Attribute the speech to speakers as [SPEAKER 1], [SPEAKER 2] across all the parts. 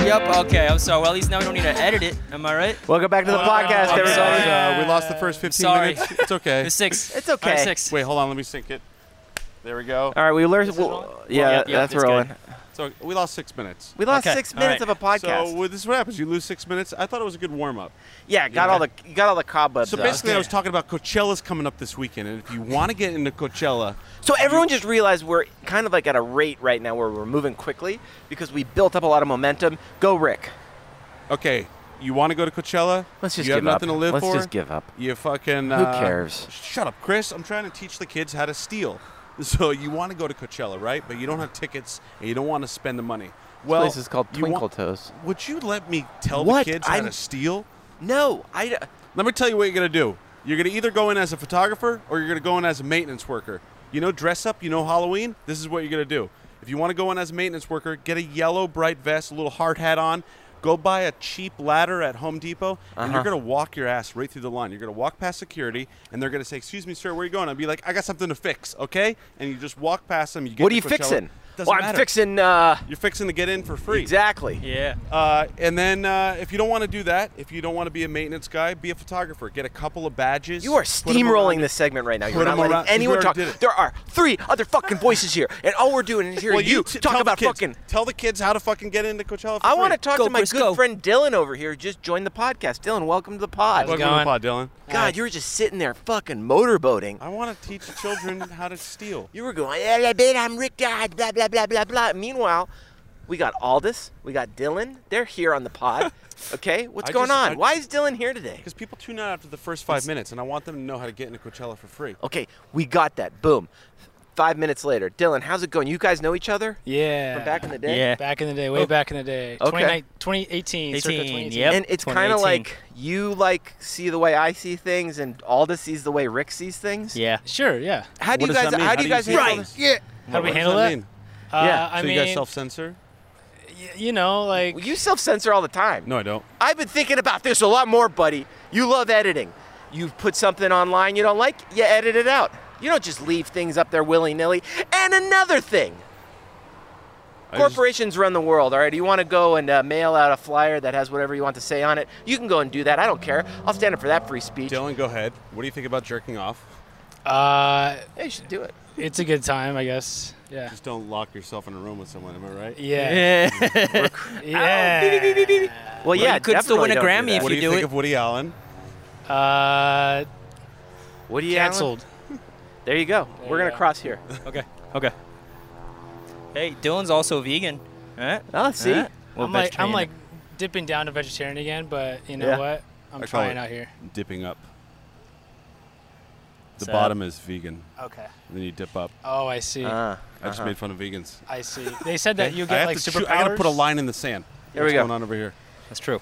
[SPEAKER 1] Yep. Okay. I'm sorry. Well, at least now we don't need to edit it. Am I right?
[SPEAKER 2] Welcome back to the podcast,
[SPEAKER 1] I'm
[SPEAKER 2] everybody.
[SPEAKER 1] sorry.
[SPEAKER 3] Uh, we lost the first 15
[SPEAKER 1] Sorry.
[SPEAKER 3] minutes. It's okay.
[SPEAKER 1] The six.
[SPEAKER 2] It's
[SPEAKER 1] All right,
[SPEAKER 2] okay.
[SPEAKER 1] six.
[SPEAKER 3] Wait, hold on. Let me sync it. There we go.
[SPEAKER 2] All right, we learned.
[SPEAKER 1] is
[SPEAKER 2] Well,
[SPEAKER 1] rolling?
[SPEAKER 2] yeah,
[SPEAKER 1] Yep, yep,
[SPEAKER 2] that's
[SPEAKER 1] it's good.
[SPEAKER 2] rolling.
[SPEAKER 3] So we lost six minutes.
[SPEAKER 2] We lost
[SPEAKER 1] Okay,
[SPEAKER 2] six
[SPEAKER 1] all
[SPEAKER 2] minutes
[SPEAKER 1] right.
[SPEAKER 2] of a podcast.
[SPEAKER 3] So well, this is what happens. You lose six minutes. I thought it was a good warm up.
[SPEAKER 2] yeah, got all the you got all the cobwebs.
[SPEAKER 3] So
[SPEAKER 2] out.
[SPEAKER 3] basically, I was talking about Coachella's coming up this weekend, and if you want to get into Coachella,
[SPEAKER 2] So everyone just realized we're kind of like at a rate right now where we're moving quickly because we built up a lot of momentum. Go, Rick.
[SPEAKER 3] okay, you want to go to Coachella.
[SPEAKER 2] Let's just
[SPEAKER 3] you have
[SPEAKER 2] give
[SPEAKER 3] nothing
[SPEAKER 2] up.
[SPEAKER 3] to live
[SPEAKER 2] Let's
[SPEAKER 3] for.
[SPEAKER 2] just give up.
[SPEAKER 3] You fucking. uh,
[SPEAKER 2] cares?
[SPEAKER 3] Shut up, Chris. I'm trying to teach the kids how to steal. So you want to go to Coachella, right? But you don't have tickets, and you don't want to spend the money. Well,
[SPEAKER 2] place is called
[SPEAKER 3] you want-
[SPEAKER 2] Twinkle Toes.
[SPEAKER 3] Would you let me tell
[SPEAKER 2] What?
[SPEAKER 3] the kids how
[SPEAKER 2] I'm-
[SPEAKER 3] to steal?
[SPEAKER 2] No, I.
[SPEAKER 3] Let me tell you what you're gonna do. You're gonna either go in as a photographer or you're gonna go in as a maintenance worker. You know, dress up. You know, Halloween. This is what you're gonna do. If you want to go in as a maintenance worker, get a yellow bright vest, a little hard hat on. Go buy a cheap ladder at Home Depot, and
[SPEAKER 2] Uh-huh.
[SPEAKER 3] you're gonna walk your ass right through the line. You're gonna walk past security, and they're gonna say, "Excuse me, sir, where are you going?" I'll be like, "I got something to fix, okay?" And you just walk past them. You get
[SPEAKER 2] What are you
[SPEAKER 3] to Coachella.
[SPEAKER 2] fixing?
[SPEAKER 3] Doesn't
[SPEAKER 2] well, I'm
[SPEAKER 3] matter.
[SPEAKER 2] fixing. Uh,
[SPEAKER 3] You're fixing to get in for free.
[SPEAKER 2] exactly.
[SPEAKER 1] Yeah.
[SPEAKER 3] Uh, and then uh, if you don't want to do that, if you don't want to be a maintenance guy, be a photographer. Get a couple of badges.
[SPEAKER 2] You are
[SPEAKER 3] Put 'em around
[SPEAKER 2] steamrolling
[SPEAKER 3] your-
[SPEAKER 2] this segment right now. You're
[SPEAKER 3] Put
[SPEAKER 2] not
[SPEAKER 3] 'em
[SPEAKER 2] letting
[SPEAKER 3] around- you
[SPEAKER 2] anyone
[SPEAKER 3] already
[SPEAKER 2] talk.
[SPEAKER 3] did it.
[SPEAKER 2] There are three other fucking voices here, and all we're doing is hearing
[SPEAKER 3] Well,
[SPEAKER 2] you,
[SPEAKER 3] t- tell
[SPEAKER 2] talk
[SPEAKER 3] the
[SPEAKER 2] about
[SPEAKER 3] kids-
[SPEAKER 2] fucking.
[SPEAKER 3] Tell the kids how to fucking get into Coachella. For
[SPEAKER 2] I want
[SPEAKER 3] want
[SPEAKER 2] to talk
[SPEAKER 1] Go,
[SPEAKER 2] to my
[SPEAKER 1] Chris,
[SPEAKER 2] good
[SPEAKER 1] go.
[SPEAKER 2] friend Dylan over here. who Just joined the podcast. Dylan, welcome to the pod.
[SPEAKER 3] Welcome to
[SPEAKER 1] going?
[SPEAKER 3] the pod, Dylan.
[SPEAKER 2] God, you were just sitting there fucking motorboating.
[SPEAKER 3] I want to teach children how to steal.
[SPEAKER 2] You were going, "Yeah, yeah, babe, I'm Rick Dodd, blah, blah, blah, blah, blah. Meanwhile, we got Aldous, we got Dylan. They're here on the pod. Okay, what's
[SPEAKER 3] I
[SPEAKER 2] going
[SPEAKER 3] just-
[SPEAKER 2] on?
[SPEAKER 3] I-
[SPEAKER 2] Why is Dylan here today?
[SPEAKER 3] Because people tune out after the first five minutes, and I want them to know how to get into Coachella for free.
[SPEAKER 2] Okay, we got that. Boom. Five minutes later, Dylan, how's it going? You guys know each other?
[SPEAKER 4] Yeah.
[SPEAKER 2] From back in the day?
[SPEAKER 1] Yeah.
[SPEAKER 4] Back in the day, way
[SPEAKER 2] Oh.
[SPEAKER 4] back in the day.
[SPEAKER 2] Okay.
[SPEAKER 4] 29 2018, circa
[SPEAKER 1] 18,
[SPEAKER 4] 2018.
[SPEAKER 1] yep.
[SPEAKER 2] And it's kind of
[SPEAKER 1] 2018.
[SPEAKER 2] like you like see the way I see things, and Aldous sees the way Rick sees things.
[SPEAKER 1] Yeah.
[SPEAKER 4] Sure, yeah.
[SPEAKER 2] How do
[SPEAKER 3] What
[SPEAKER 2] you
[SPEAKER 3] does
[SPEAKER 2] guys?
[SPEAKER 3] that mean?
[SPEAKER 2] How do you guys
[SPEAKER 3] see
[SPEAKER 2] handle
[SPEAKER 3] things?
[SPEAKER 2] this?
[SPEAKER 4] Yeah. How do
[SPEAKER 3] What
[SPEAKER 4] we
[SPEAKER 3] does
[SPEAKER 4] handle
[SPEAKER 3] that
[SPEAKER 4] that?
[SPEAKER 3] mean?
[SPEAKER 4] Uh,
[SPEAKER 2] Yeah.
[SPEAKER 4] I
[SPEAKER 3] so
[SPEAKER 4] mean,
[SPEAKER 3] you guys self-censor?
[SPEAKER 4] y- you know, like,
[SPEAKER 2] Well, you self-censor all the time.
[SPEAKER 3] No, I don't.
[SPEAKER 2] I've been thinking about this a lot more, buddy. You love editing. You put something online you don't like, you edit it out. You don't just leave things up there willy nilly. And another thing
[SPEAKER 3] I just-
[SPEAKER 2] corporations run the world, all right? You want to go and uh, mail out a flyer that has whatever you want to say on it? You can go and do that. I don't care. I'll stand up for that free speech.
[SPEAKER 3] Dylan, go ahead. What do you think about jerking off?
[SPEAKER 4] uh,
[SPEAKER 2] Yeah, you should do it.
[SPEAKER 4] it's a good time, I guess. Yeah.
[SPEAKER 3] Just don't lock yourself in a room with someone. Am I right?
[SPEAKER 4] Yeah.
[SPEAKER 1] Yeah. Oh,
[SPEAKER 4] Yeah.
[SPEAKER 2] Well, yeah,
[SPEAKER 1] you could still
[SPEAKER 2] definitely
[SPEAKER 1] win a
[SPEAKER 2] don't do
[SPEAKER 1] Grammy
[SPEAKER 2] that.
[SPEAKER 1] if
[SPEAKER 3] What
[SPEAKER 1] you
[SPEAKER 3] do you
[SPEAKER 1] do
[SPEAKER 3] think
[SPEAKER 1] it-
[SPEAKER 3] of Woody Allen?
[SPEAKER 4] Uh,
[SPEAKER 2] What do you
[SPEAKER 4] canceled.
[SPEAKER 2] There you go. We're
[SPEAKER 4] you
[SPEAKER 2] gonna
[SPEAKER 4] go.
[SPEAKER 2] cross here.
[SPEAKER 1] Okay. Okay. Hey, Dylan's also vegan. Huh?
[SPEAKER 2] Oh, see?
[SPEAKER 1] Huh? Well,
[SPEAKER 4] I'm like, I'm
[SPEAKER 1] vegetarian.
[SPEAKER 4] like dipping down to vegetarian again, but you know
[SPEAKER 2] Yeah.
[SPEAKER 4] what? I'm
[SPEAKER 3] I call
[SPEAKER 4] trying
[SPEAKER 3] it
[SPEAKER 4] out here.
[SPEAKER 3] Dipping up. The
[SPEAKER 1] Sad.
[SPEAKER 3] bottom is vegan.
[SPEAKER 4] Okay.
[SPEAKER 3] And then you dip up.
[SPEAKER 4] Oh, I see.
[SPEAKER 2] Uh,
[SPEAKER 3] I just made fun of vegans.
[SPEAKER 4] I see. They said that you
[SPEAKER 3] I
[SPEAKER 4] get
[SPEAKER 3] have
[SPEAKER 4] like
[SPEAKER 3] to
[SPEAKER 4] superpowers.
[SPEAKER 3] choo- I gotta put a line in the sand.
[SPEAKER 2] Here we
[SPEAKER 3] What's
[SPEAKER 2] go.
[SPEAKER 3] going on over here?
[SPEAKER 1] That's true.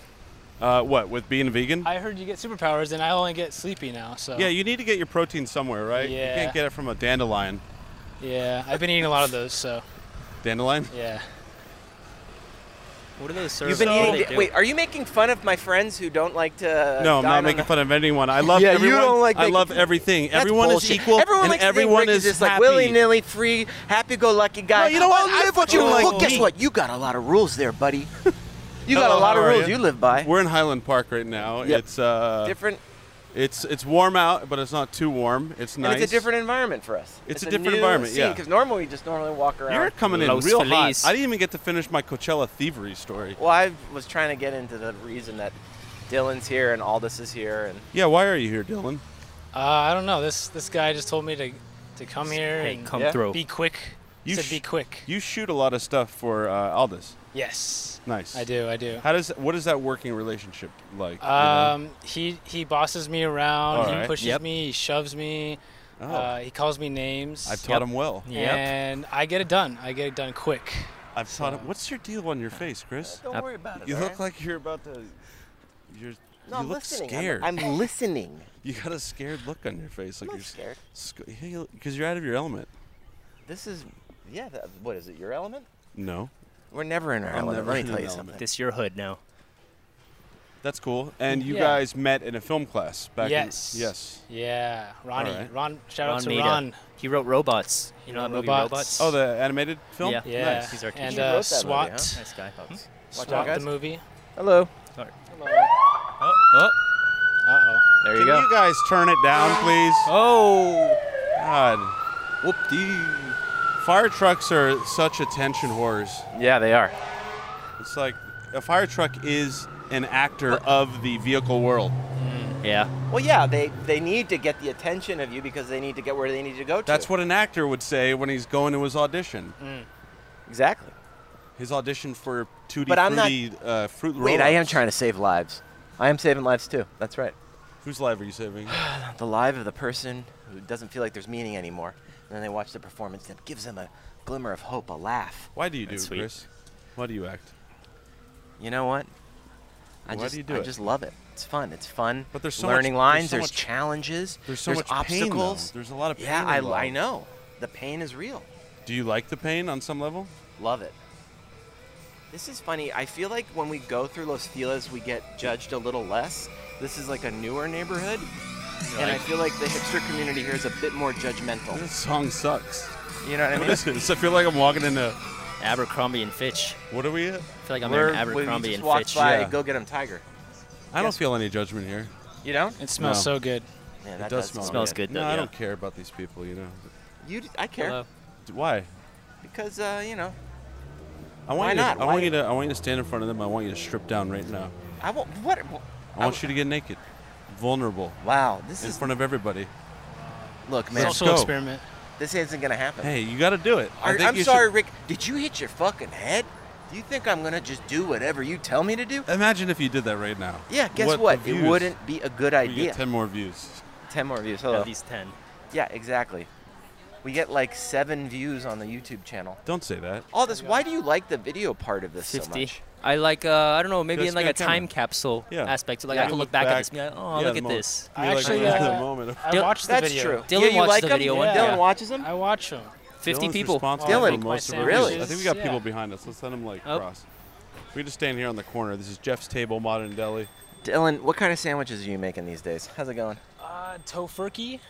[SPEAKER 3] Uh, what with being vegan?
[SPEAKER 4] I heard you get superpowers, and I only get sleepy now. So
[SPEAKER 3] yeah, you need to get your protein somewhere, right? You
[SPEAKER 4] Yeah.
[SPEAKER 3] can't get it from a dandelion.
[SPEAKER 4] yeah. I've been eating a lot of those, so
[SPEAKER 3] Dandelion?
[SPEAKER 4] yeah.
[SPEAKER 1] What are those serve?
[SPEAKER 2] You've been
[SPEAKER 1] What do
[SPEAKER 2] eating.
[SPEAKER 1] they do?
[SPEAKER 2] Wait, are you making fun of my friends who don't like to? uh,
[SPEAKER 3] No,
[SPEAKER 2] dine
[SPEAKER 3] I'm not
[SPEAKER 2] on
[SPEAKER 3] making
[SPEAKER 2] the-
[SPEAKER 3] fun of anyone. I love
[SPEAKER 2] Yeah, you
[SPEAKER 3] everyone.
[SPEAKER 2] don't like
[SPEAKER 3] I
[SPEAKER 2] making
[SPEAKER 3] love
[SPEAKER 2] fun-
[SPEAKER 3] everything.
[SPEAKER 2] That's
[SPEAKER 3] everyone is
[SPEAKER 2] bullshit.
[SPEAKER 3] equal.
[SPEAKER 2] Everyone
[SPEAKER 3] and
[SPEAKER 2] likes to think
[SPEAKER 3] everyone
[SPEAKER 2] Rick
[SPEAKER 3] is
[SPEAKER 2] just like
[SPEAKER 3] happy.
[SPEAKER 2] willy nilly, free, happy-go-lucky guy.
[SPEAKER 3] No, you know what?
[SPEAKER 2] I live
[SPEAKER 3] Live
[SPEAKER 2] what you
[SPEAKER 3] like
[SPEAKER 2] Well, guess
[SPEAKER 3] me.
[SPEAKER 2] what? You got a lot of rules there, buddy. You got a
[SPEAKER 3] Hello,
[SPEAKER 2] lot
[SPEAKER 3] how
[SPEAKER 2] of
[SPEAKER 3] are
[SPEAKER 2] rules
[SPEAKER 3] you?
[SPEAKER 2] you live by.
[SPEAKER 3] We're in Highland Park right now.
[SPEAKER 2] Yep.
[SPEAKER 3] It's uh,
[SPEAKER 2] different,
[SPEAKER 3] it's it's warm out, but it's not too warm. It's nice.
[SPEAKER 2] and it's a different environment for us.
[SPEAKER 3] It's a different environment, yeah.
[SPEAKER 2] Because normally we just normally walk around.
[SPEAKER 3] You're coming in
[SPEAKER 1] Los
[SPEAKER 3] real
[SPEAKER 1] Feliz.
[SPEAKER 3] hot. I didn't even get to finish my Coachella thievery story.
[SPEAKER 2] well, I was trying to get into the reason that Dylan's here and Aldous is here, and
[SPEAKER 3] Yeah, why are you here, Dylan?
[SPEAKER 4] Uh, I don't know. This this guy just told me to to come here
[SPEAKER 1] Hey,
[SPEAKER 4] and
[SPEAKER 1] come
[SPEAKER 2] Yeah.
[SPEAKER 1] through.
[SPEAKER 4] be quick. He
[SPEAKER 3] You
[SPEAKER 4] said
[SPEAKER 3] sh-
[SPEAKER 4] be quick.
[SPEAKER 3] You shoot a lot of stuff for uh, Aldous.
[SPEAKER 4] yes.
[SPEAKER 3] Nice.
[SPEAKER 4] I do. I do.
[SPEAKER 3] How does what is that working relationship like? you know?
[SPEAKER 4] Um, he he bosses me around.
[SPEAKER 3] All
[SPEAKER 4] he
[SPEAKER 3] right.
[SPEAKER 4] pushes
[SPEAKER 1] Yep.
[SPEAKER 4] me. He shoves me.
[SPEAKER 3] Oh.
[SPEAKER 4] Uh, he calls me names.
[SPEAKER 3] I've taught
[SPEAKER 1] yep.
[SPEAKER 3] him well.
[SPEAKER 1] Yep.
[SPEAKER 4] And I get it done. I get it done quick.
[SPEAKER 3] I've taught him. What's your deal on your face, Chris?
[SPEAKER 2] don't
[SPEAKER 1] Uh,
[SPEAKER 2] worry about it.
[SPEAKER 3] You
[SPEAKER 2] all
[SPEAKER 3] look
[SPEAKER 2] right?
[SPEAKER 3] like you're about to. You're.
[SPEAKER 2] no,
[SPEAKER 3] you
[SPEAKER 2] I'm
[SPEAKER 3] look
[SPEAKER 2] listening. I'm-
[SPEAKER 3] scared.
[SPEAKER 2] I'm, listening.
[SPEAKER 3] you got a scared look on your face, like
[SPEAKER 2] I'm
[SPEAKER 3] you're
[SPEAKER 2] not scared.
[SPEAKER 3] Because you're out of your element.
[SPEAKER 2] This is, yeah. That, what is it? Your element?
[SPEAKER 3] No,
[SPEAKER 2] We're never in our
[SPEAKER 3] I'm
[SPEAKER 2] element.
[SPEAKER 3] never
[SPEAKER 2] Let
[SPEAKER 3] in
[SPEAKER 2] me tell
[SPEAKER 3] an
[SPEAKER 2] you
[SPEAKER 3] element.
[SPEAKER 2] something.
[SPEAKER 1] This your hood now.
[SPEAKER 3] that's cool. And you
[SPEAKER 4] Yeah.
[SPEAKER 3] guys met in a film class back. in-
[SPEAKER 4] yes.
[SPEAKER 3] yes.
[SPEAKER 4] Yeah. Ronnie.
[SPEAKER 3] right.
[SPEAKER 4] Ron. Shout
[SPEAKER 1] Ron
[SPEAKER 4] out to
[SPEAKER 1] Maida.
[SPEAKER 4] Ron.
[SPEAKER 1] He wrote Robots. You know that movie
[SPEAKER 4] Robots.
[SPEAKER 1] Robots?
[SPEAKER 3] Oh, the animated film.
[SPEAKER 1] Yeah.
[SPEAKER 4] Yeah.
[SPEAKER 1] Nice. He's our
[SPEAKER 4] And
[SPEAKER 1] teacher.
[SPEAKER 2] He wrote
[SPEAKER 4] uh,
[SPEAKER 2] that movie,
[SPEAKER 4] SWAT.
[SPEAKER 2] huh?
[SPEAKER 1] nice guy.
[SPEAKER 2] Hmm? Watch out,
[SPEAKER 4] Swap the
[SPEAKER 2] guys.
[SPEAKER 4] movie.
[SPEAKER 2] Hello.
[SPEAKER 1] Sorry.
[SPEAKER 4] Uh
[SPEAKER 1] Oh, oh,
[SPEAKER 4] oh.
[SPEAKER 2] There you
[SPEAKER 3] Can
[SPEAKER 2] go.
[SPEAKER 3] you guys turn it down, please?
[SPEAKER 1] oh.
[SPEAKER 3] God.
[SPEAKER 1] Whoop-dee.
[SPEAKER 3] Fire trucks are such attention whores.
[SPEAKER 2] yeah, they are.
[SPEAKER 3] It's like a fire truck is an actor of the vehicle world.
[SPEAKER 1] Yeah.
[SPEAKER 2] Well, yeah, they they need to get the attention of you because they need to get where they need to go to.
[SPEAKER 3] That's what an actor would say when he's going to his audition.
[SPEAKER 2] exactly.
[SPEAKER 3] His audition for 2D
[SPEAKER 2] But I'm not-
[SPEAKER 3] Fruity, uh, Fruit
[SPEAKER 2] Wait, I am
[SPEAKER 3] Roll-Ups.
[SPEAKER 2] trying to save lives. I am saving lives too. That's right.
[SPEAKER 3] Whose life are you saving?
[SPEAKER 2] The life of the person who doesn't feel like there's meaning anymore. And then they watch the performance that gives them a glimmer of hope, a laugh.
[SPEAKER 3] Why do you do
[SPEAKER 1] That's
[SPEAKER 3] it,
[SPEAKER 1] sweet.
[SPEAKER 3] Chris? Why do you act?
[SPEAKER 2] You know what? I
[SPEAKER 3] Why
[SPEAKER 2] just,
[SPEAKER 3] do you do
[SPEAKER 2] I
[SPEAKER 3] it?
[SPEAKER 2] just love it. It's fun. It's fun.
[SPEAKER 3] But there's so much-
[SPEAKER 2] learning
[SPEAKER 3] there's
[SPEAKER 2] lines.
[SPEAKER 3] so
[SPEAKER 2] There's,
[SPEAKER 3] much-
[SPEAKER 2] challenges.
[SPEAKER 3] There's so much pain, though.
[SPEAKER 2] obstacles.
[SPEAKER 3] There's a lot of
[SPEAKER 2] Yeah,
[SPEAKER 3] pain
[SPEAKER 2] I, I
[SPEAKER 3] involved.
[SPEAKER 2] know. The pain is real.
[SPEAKER 3] Do you like the pain on some level?
[SPEAKER 2] Love it. This is funny. I feel like when we go through Los Feliz, we get judged a little less. This is like a newer neighborhood, and I
[SPEAKER 1] Right.
[SPEAKER 2] feel like the hipster community here is a bit more judgmental.
[SPEAKER 3] This song sucks.
[SPEAKER 2] You know what I
[SPEAKER 3] What
[SPEAKER 2] mean?
[SPEAKER 3] is this? I feel like I'm walking into.
[SPEAKER 1] Abercrombie and Fitch.
[SPEAKER 3] What are we at?
[SPEAKER 1] I feel like I'm
[SPEAKER 2] We're-
[SPEAKER 1] in Abercrombie
[SPEAKER 2] we just
[SPEAKER 1] and
[SPEAKER 2] walked
[SPEAKER 1] Fitch.
[SPEAKER 2] by.
[SPEAKER 3] Yeah.
[SPEAKER 2] Go get him, Tiger.
[SPEAKER 3] I don't feel any judgment here.
[SPEAKER 2] You don't?
[SPEAKER 4] It smells
[SPEAKER 3] No.
[SPEAKER 4] so good.
[SPEAKER 2] Yeah,
[SPEAKER 3] It does smell.
[SPEAKER 1] Smells good,
[SPEAKER 3] No,
[SPEAKER 1] though,
[SPEAKER 3] I
[SPEAKER 1] yeah.
[SPEAKER 3] don't care about these people. You know.
[SPEAKER 2] You, d- I care
[SPEAKER 4] Hello.
[SPEAKER 3] D- Why?
[SPEAKER 2] because uh, you know
[SPEAKER 3] I want
[SPEAKER 2] Why
[SPEAKER 3] you.
[SPEAKER 2] not?
[SPEAKER 3] To, I
[SPEAKER 2] Why-
[SPEAKER 3] want you to. I want you to stand in front of them. I want you to strip down right now.
[SPEAKER 2] I won't. What?
[SPEAKER 3] I want you to get naked, vulnerable,
[SPEAKER 2] Wow, this
[SPEAKER 3] in
[SPEAKER 2] is.
[SPEAKER 3] front of everybody.
[SPEAKER 2] Look, man,
[SPEAKER 4] Social
[SPEAKER 3] go.
[SPEAKER 4] experiment.
[SPEAKER 2] this isn't gonna happen.
[SPEAKER 3] Hey, you got to do it. I
[SPEAKER 2] Are-
[SPEAKER 3] think
[SPEAKER 2] I'm
[SPEAKER 3] you
[SPEAKER 2] sorry,
[SPEAKER 3] should-
[SPEAKER 2] Rick. Did you hit your fucking head? Do you think I'm gonna just do whatever you tell me to do?
[SPEAKER 3] Imagine if you did that right now.
[SPEAKER 2] Yeah, guess
[SPEAKER 3] the
[SPEAKER 2] what? It
[SPEAKER 3] views.
[SPEAKER 2] wouldn't be a good
[SPEAKER 3] We
[SPEAKER 2] idea.
[SPEAKER 3] get ten more views.
[SPEAKER 2] 10 more views. Hello.
[SPEAKER 1] At least 10.
[SPEAKER 2] Yeah, exactly. We get like seven views on the YouTube channel.
[SPEAKER 3] Don't say that.
[SPEAKER 2] All this. Why do you like the video part of this
[SPEAKER 1] 50.
[SPEAKER 2] so much?
[SPEAKER 1] I like, uh, I don't know, maybe
[SPEAKER 3] That's
[SPEAKER 1] in like
[SPEAKER 3] good
[SPEAKER 1] a time
[SPEAKER 3] camera.
[SPEAKER 1] capsule
[SPEAKER 3] Yeah.
[SPEAKER 1] aspect. Like
[SPEAKER 2] Yeah.
[SPEAKER 1] I can
[SPEAKER 3] You
[SPEAKER 1] look, back, at this and be like, oh,
[SPEAKER 3] yeah,
[SPEAKER 1] look
[SPEAKER 3] the
[SPEAKER 1] at
[SPEAKER 3] mo-
[SPEAKER 1] this.
[SPEAKER 4] I
[SPEAKER 3] you're like,
[SPEAKER 4] actually,
[SPEAKER 3] look at
[SPEAKER 4] uh,
[SPEAKER 3] the moment.
[SPEAKER 4] I
[SPEAKER 1] Dylan-
[SPEAKER 4] watched the
[SPEAKER 2] That's
[SPEAKER 4] video.
[SPEAKER 2] true.
[SPEAKER 1] Dylan
[SPEAKER 2] yeah, you
[SPEAKER 1] watched
[SPEAKER 2] like
[SPEAKER 1] the
[SPEAKER 2] them?
[SPEAKER 1] video
[SPEAKER 4] one
[SPEAKER 2] Dylan
[SPEAKER 4] day.
[SPEAKER 2] watches them.
[SPEAKER 4] I watch them.
[SPEAKER 1] 50
[SPEAKER 3] Dylan's
[SPEAKER 1] people.
[SPEAKER 3] responsible
[SPEAKER 2] Dylan,
[SPEAKER 3] for
[SPEAKER 2] my
[SPEAKER 3] most of our
[SPEAKER 2] sandwiches,
[SPEAKER 3] views. I think we got
[SPEAKER 4] yeah.
[SPEAKER 3] people behind us. Let's let them like
[SPEAKER 1] Oh.
[SPEAKER 3] cross. We just stand here on the corner. This is Jeff's table, Modern Deli.
[SPEAKER 2] Dylan, what kind of sandwiches are you making these days? How's it going?
[SPEAKER 4] Uh, tofurkey
[SPEAKER 2] Really?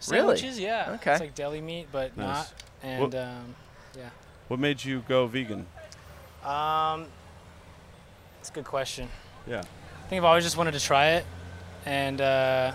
[SPEAKER 4] sandwiches. Yeah.
[SPEAKER 2] Okay.
[SPEAKER 4] It's like deli meat, but
[SPEAKER 3] Nice.
[SPEAKER 4] not. And um, yeah.
[SPEAKER 3] What made you go vegan?
[SPEAKER 4] Um, it's a good question.
[SPEAKER 3] Yeah.
[SPEAKER 4] I think I've always just wanted to try it, and uh,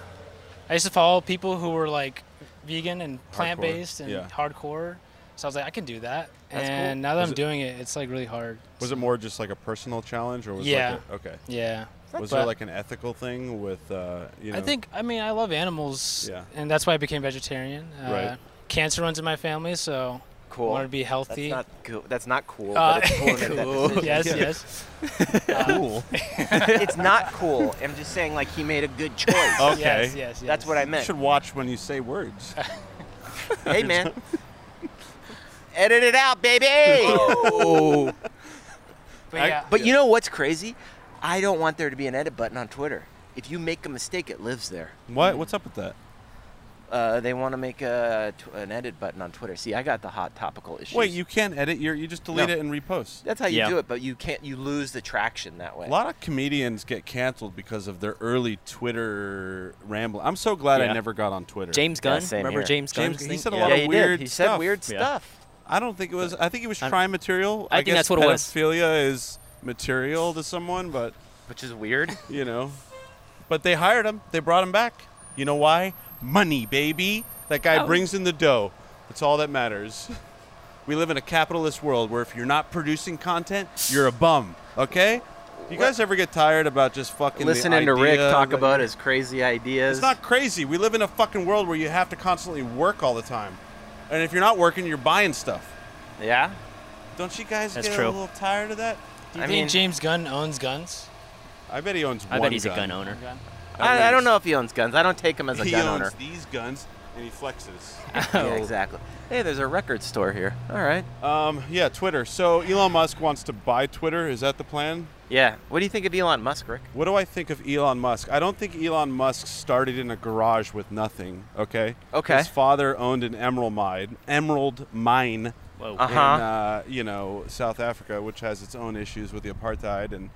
[SPEAKER 4] I used to follow people who were like vegan and plant based and
[SPEAKER 3] yeah.
[SPEAKER 4] hardcore. So I was like, I can do that.
[SPEAKER 2] That's cool.
[SPEAKER 4] and now that
[SPEAKER 3] Was
[SPEAKER 4] I'm
[SPEAKER 3] it-
[SPEAKER 4] doing it, it's like really hard.
[SPEAKER 3] Was it more just like a personal challenge, or was
[SPEAKER 4] Yeah.
[SPEAKER 3] Like a, okay.
[SPEAKER 4] Yeah.
[SPEAKER 3] Was
[SPEAKER 4] But-
[SPEAKER 3] there like an ethical thing with uh, you know?
[SPEAKER 4] I think I mean I love animals,
[SPEAKER 3] Yeah.
[SPEAKER 4] and that's why I became vegetarian. Uh,
[SPEAKER 3] Right.
[SPEAKER 4] Cancer runs in my family, so I
[SPEAKER 2] Cool.
[SPEAKER 4] wanted to be
[SPEAKER 2] That's
[SPEAKER 4] healthy.
[SPEAKER 2] not cool. That's not cool.
[SPEAKER 4] Uh,
[SPEAKER 2] but it's cool. to make that
[SPEAKER 1] cool.
[SPEAKER 2] decision.
[SPEAKER 4] yes, yes.
[SPEAKER 3] cool.
[SPEAKER 2] it's not cool. I'm just saying, like he made a good choice.
[SPEAKER 3] okay.
[SPEAKER 4] Yes, yes, Oh. yes.
[SPEAKER 2] That's what I
[SPEAKER 3] You
[SPEAKER 2] meant.
[SPEAKER 3] should watch when you say words.
[SPEAKER 2] Hey, man. Edit it out, baby.
[SPEAKER 4] But
[SPEAKER 3] I-
[SPEAKER 4] yeah,
[SPEAKER 2] But you know what's crazy? I don't want there to be an edit button on Twitter. If you make a mistake, it lives there.
[SPEAKER 3] what? What's up with that?
[SPEAKER 2] Uh, they want to make a, tw- an edit button on Twitter. See, I got the hot topical issue.
[SPEAKER 3] Wait, you can't edit. Your, you just delete
[SPEAKER 2] No.
[SPEAKER 3] it and repost.
[SPEAKER 2] That's how you
[SPEAKER 1] Yeah.
[SPEAKER 2] do it, but you can't. You lose the traction that way.
[SPEAKER 3] A lot of comedians get canceled because of their early Twitter ramble. I'm so glad I
[SPEAKER 1] Yeah.
[SPEAKER 3] never got on Twitter.
[SPEAKER 1] James Gunn.
[SPEAKER 2] same
[SPEAKER 1] Remember
[SPEAKER 2] here.
[SPEAKER 1] James Gunn?
[SPEAKER 3] James- he said a
[SPEAKER 2] yeah,
[SPEAKER 3] lot of
[SPEAKER 2] he did.
[SPEAKER 3] weird
[SPEAKER 2] He said
[SPEAKER 3] stuff.
[SPEAKER 2] weird
[SPEAKER 1] Yeah.
[SPEAKER 2] stuff.
[SPEAKER 3] I don't think it was. I think it was
[SPEAKER 1] I'm-
[SPEAKER 3] try material.
[SPEAKER 1] I think
[SPEAKER 3] guess
[SPEAKER 1] that's what it was.
[SPEAKER 3] Pedophilia is material to someone, but
[SPEAKER 2] Which is weird.
[SPEAKER 3] you know. But they hired him. They brought him back. You know why? Money, baby. That guy
[SPEAKER 1] Oh.
[SPEAKER 3] brings in the dough. That's all that matters. We live in a capitalist world where if you're not producing content, you're a bum. Okay? You guys ever get tired about just fucking the
[SPEAKER 2] Listening to Rick
[SPEAKER 3] idea
[SPEAKER 2] talk
[SPEAKER 3] that-
[SPEAKER 2] about his crazy ideas.
[SPEAKER 3] It's not crazy. We live in a fucking world where you have to constantly work all the time, and if you're not working, you're buying stuff.
[SPEAKER 2] yeah.
[SPEAKER 3] Don't you guys
[SPEAKER 1] That's
[SPEAKER 3] get
[SPEAKER 1] true.
[SPEAKER 3] a little tired of that?
[SPEAKER 4] do you
[SPEAKER 2] I
[SPEAKER 4] think
[SPEAKER 2] mean-
[SPEAKER 4] James Gunn owns guns?
[SPEAKER 3] I bet he owns.
[SPEAKER 1] I
[SPEAKER 3] one
[SPEAKER 1] bet he's a gun owner.
[SPEAKER 4] Gun.
[SPEAKER 2] I, I don't know if he owns guns. I don't take him as a
[SPEAKER 3] He
[SPEAKER 2] gun
[SPEAKER 3] owns
[SPEAKER 2] owner.
[SPEAKER 3] these guns and he flexes.
[SPEAKER 2] Yeah, exactly. Hey, there's a record store here. All right.
[SPEAKER 3] Um, yeah, Twitter. So Elon Musk wants to buy Twitter. Is that the plan?
[SPEAKER 2] Yeah. What do you think of Elon Musk, Rick?
[SPEAKER 3] What do I think of Elon Musk? I don't think Elon Musk started in a garage with nothing. Okay.
[SPEAKER 2] Okay.
[SPEAKER 3] His father owned an emerald mine, emerald mine
[SPEAKER 1] Whoa.
[SPEAKER 2] Uh-huh.
[SPEAKER 3] in uh, you know South Africa, which has its own issues with the apartheid and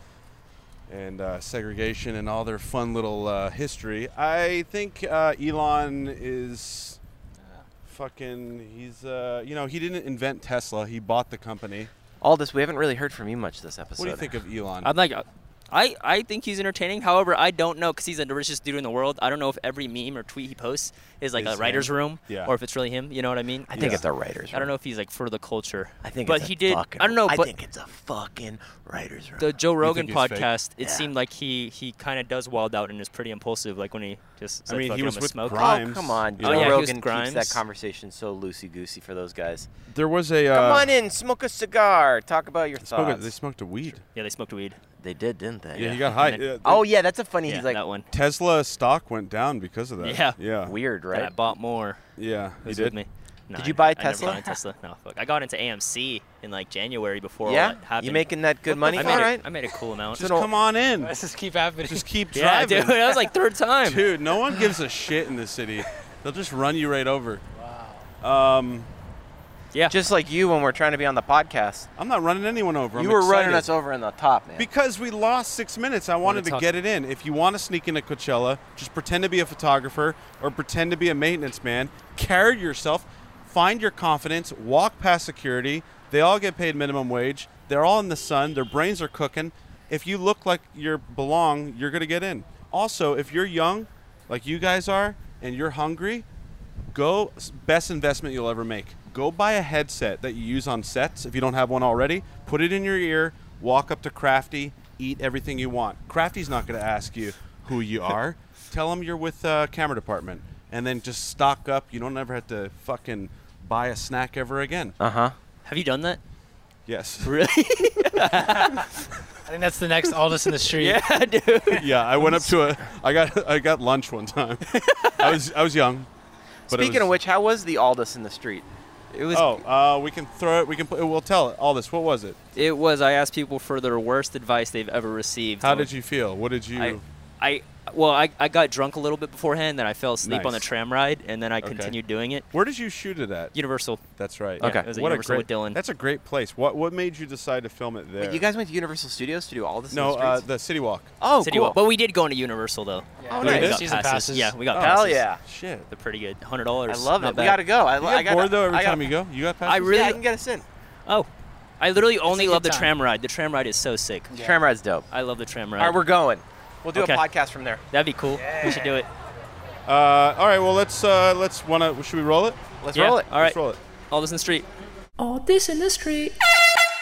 [SPEAKER 3] and uh, segregation and all their fun little uh, history. I think uh, Elon is fucking. He's uh, you know he didn't invent Tesla. He bought the company.
[SPEAKER 2] Aldous, we haven't really heard from you much this episode.
[SPEAKER 3] What do you think of Elon?
[SPEAKER 1] I'm like, uh, I, I think he's entertaining. However, I don't know because he's the richest dude in the world. I don't know if every meme or tweet he posts is like
[SPEAKER 3] Is
[SPEAKER 1] a writer's
[SPEAKER 3] him.
[SPEAKER 1] room
[SPEAKER 3] Yeah.
[SPEAKER 1] or if it's really him. You know what I mean?
[SPEAKER 2] I think
[SPEAKER 3] Yeah.
[SPEAKER 2] it's a writer's room.
[SPEAKER 1] I don't know if he's like for the culture.
[SPEAKER 2] I think
[SPEAKER 1] but
[SPEAKER 2] it's a
[SPEAKER 1] he did.
[SPEAKER 2] Fucking,
[SPEAKER 1] I don't know.
[SPEAKER 2] I
[SPEAKER 1] but
[SPEAKER 2] think it's a fucking writer's room. Oh,
[SPEAKER 1] the Joe Rogan
[SPEAKER 3] he's fake?
[SPEAKER 1] podcast, it
[SPEAKER 2] Yeah.
[SPEAKER 1] seemed like he he kind of does wild out and is pretty impulsive. Like when he just.
[SPEAKER 3] I
[SPEAKER 1] Said,
[SPEAKER 3] mean, he
[SPEAKER 1] "Fuck it,
[SPEAKER 3] was
[SPEAKER 1] I'm a
[SPEAKER 3] with
[SPEAKER 1] smoke.
[SPEAKER 3] Grime.
[SPEAKER 2] Oh,
[SPEAKER 3] Grimes,
[SPEAKER 2] come on.
[SPEAKER 3] you
[SPEAKER 2] Joe
[SPEAKER 1] know. Oh, yeah, he was
[SPEAKER 2] Rogan keeps that
[SPEAKER 1] Grimes.
[SPEAKER 2] conversation so loosey goosey for those guys.
[SPEAKER 3] There was a. Uh,
[SPEAKER 2] Come on in, smoke a cigar, talk about your
[SPEAKER 3] smoke a-
[SPEAKER 2] thoughts.
[SPEAKER 3] they smoked a weed.
[SPEAKER 1] Yeah, they smoked weed.
[SPEAKER 2] They did, didn't they?
[SPEAKER 3] Yeah, he got high.
[SPEAKER 1] And
[SPEAKER 3] Yeah,
[SPEAKER 1] then-
[SPEAKER 2] Oh yeah, that's a funny.
[SPEAKER 1] yeah,
[SPEAKER 2] he's like
[SPEAKER 1] that one.
[SPEAKER 3] Tesla stock went down because of that.
[SPEAKER 1] Yeah.
[SPEAKER 3] Yeah.
[SPEAKER 2] weird,
[SPEAKER 1] Right. I
[SPEAKER 2] right?
[SPEAKER 1] bought more.
[SPEAKER 3] Yeah. He
[SPEAKER 1] was
[SPEAKER 3] did.
[SPEAKER 1] with me. No,
[SPEAKER 2] Did
[SPEAKER 1] I never-
[SPEAKER 2] you buy
[SPEAKER 1] I never got
[SPEAKER 2] Tesla?
[SPEAKER 1] into Tesla. No, fuck. I got into AMC in like January before all that
[SPEAKER 2] yeah,
[SPEAKER 1] happened.
[SPEAKER 2] you making that good
[SPEAKER 1] I
[SPEAKER 2] money?
[SPEAKER 1] made,
[SPEAKER 2] All
[SPEAKER 1] a-
[SPEAKER 2] right.
[SPEAKER 1] I made a cool amount.
[SPEAKER 3] Just
[SPEAKER 2] an old-
[SPEAKER 3] come on in.
[SPEAKER 4] Let's just keep happening.
[SPEAKER 3] Just keep
[SPEAKER 1] yeah, dude.
[SPEAKER 3] driving.
[SPEAKER 1] That was like third time.
[SPEAKER 3] Dude, no one gives a shit in this city. They'll just run you right over. Wow. Um,
[SPEAKER 1] Yeah.
[SPEAKER 2] Just like you when we're trying to be on the podcast.
[SPEAKER 3] I'm not running anyone over. I'm
[SPEAKER 2] you were running
[SPEAKER 3] excited.
[SPEAKER 2] us over in the top, man.
[SPEAKER 3] Because we lost six minutes, I
[SPEAKER 1] Wanna
[SPEAKER 3] wanted to
[SPEAKER 1] talk-
[SPEAKER 3] get it in. If you want to sneak into Coachella, just pretend to be a photographer or pretend to be a maintenance man. Carry yourself, find your confidence, walk past security. They all get paid minimum wage. They're all in the sun. Their brains are cooking. If you look like you belong, you're going to get in. Also, if you're young, like you guys are, and you're hungry, go best investment you'll ever make go buy a headset that you use on sets if you don't have one already put it in your ear walk up to crafty eat everything you want crafty's not going to ask you who you are tell him you're with uh, camera department and then just stock up you don't ever have to fucking buy a snack ever again
[SPEAKER 2] uh huh.
[SPEAKER 1] Have you done that?
[SPEAKER 3] yes
[SPEAKER 1] Really?
[SPEAKER 4] I think that's the next Aldous in the street.
[SPEAKER 1] yeah, dude.
[SPEAKER 3] yeah i went up to a i got i got lunch one time i was i was young but it
[SPEAKER 2] Speaking of
[SPEAKER 3] was-
[SPEAKER 2] which, how was the Aldous in the street?
[SPEAKER 1] It was.
[SPEAKER 3] oh uh, we can throw it we can put we'll tell it all this what was it
[SPEAKER 1] It was. I asked people for their worst advice they've ever received.
[SPEAKER 3] how
[SPEAKER 1] So
[SPEAKER 3] did you feel what did you
[SPEAKER 1] I, I well, I, I got drunk a little bit beforehand, then I fell asleep on the
[SPEAKER 3] Nice.
[SPEAKER 1] tram ride, and then I continued doing it.
[SPEAKER 3] where did you shoot it at
[SPEAKER 1] Universal.
[SPEAKER 3] That's right.
[SPEAKER 1] Yeah, Okay. it was at Universal
[SPEAKER 3] great
[SPEAKER 1] with Dylan.
[SPEAKER 3] That's a great place. What what made you decide to film it there?
[SPEAKER 2] Wait, you guys went to Universal Studios to do Aldous in
[SPEAKER 3] no,
[SPEAKER 2] the
[SPEAKER 3] uh,
[SPEAKER 2] streets?
[SPEAKER 3] the City Walk.
[SPEAKER 2] oh,
[SPEAKER 1] City
[SPEAKER 2] cool.
[SPEAKER 1] Walk. But we did go into Universal though.
[SPEAKER 4] Yeah.
[SPEAKER 2] Oh,
[SPEAKER 1] We got
[SPEAKER 2] nice.
[SPEAKER 3] did?
[SPEAKER 4] Season passes.
[SPEAKER 1] Yeah, we got
[SPEAKER 3] Oh.
[SPEAKER 1] passes.
[SPEAKER 2] Hell yeah.
[SPEAKER 3] Shit.
[SPEAKER 1] They're pretty good. Hundred dollars.
[SPEAKER 2] I love
[SPEAKER 1] not
[SPEAKER 2] it.
[SPEAKER 1] Bad.
[SPEAKER 2] We gotta go. I,
[SPEAKER 3] You
[SPEAKER 2] lo- I
[SPEAKER 3] get
[SPEAKER 2] got
[SPEAKER 3] bored though every
[SPEAKER 2] I gotta-
[SPEAKER 3] time you go. You got
[SPEAKER 1] I
[SPEAKER 3] passes?
[SPEAKER 1] really-
[SPEAKER 2] Yeah, I can get us in.
[SPEAKER 1] Oh, I literally only
[SPEAKER 4] good
[SPEAKER 1] love the
[SPEAKER 4] time.
[SPEAKER 1] tram ride. The tram ride is so sick.
[SPEAKER 4] Yeah.
[SPEAKER 2] Tram ride's dope.
[SPEAKER 1] I love the tram
[SPEAKER 2] All
[SPEAKER 1] ride.
[SPEAKER 2] right, we're going. We'll do
[SPEAKER 1] Okay.
[SPEAKER 2] a podcast from there.
[SPEAKER 1] That'd be cool. We should do it.
[SPEAKER 3] Uh, all right. Well, let's uh, let's wanna should we roll it?
[SPEAKER 2] Let's
[SPEAKER 1] Yeah.
[SPEAKER 2] roll it.
[SPEAKER 1] All right.
[SPEAKER 3] Let's roll it.
[SPEAKER 1] All this in the street.
[SPEAKER 5] All this in the street.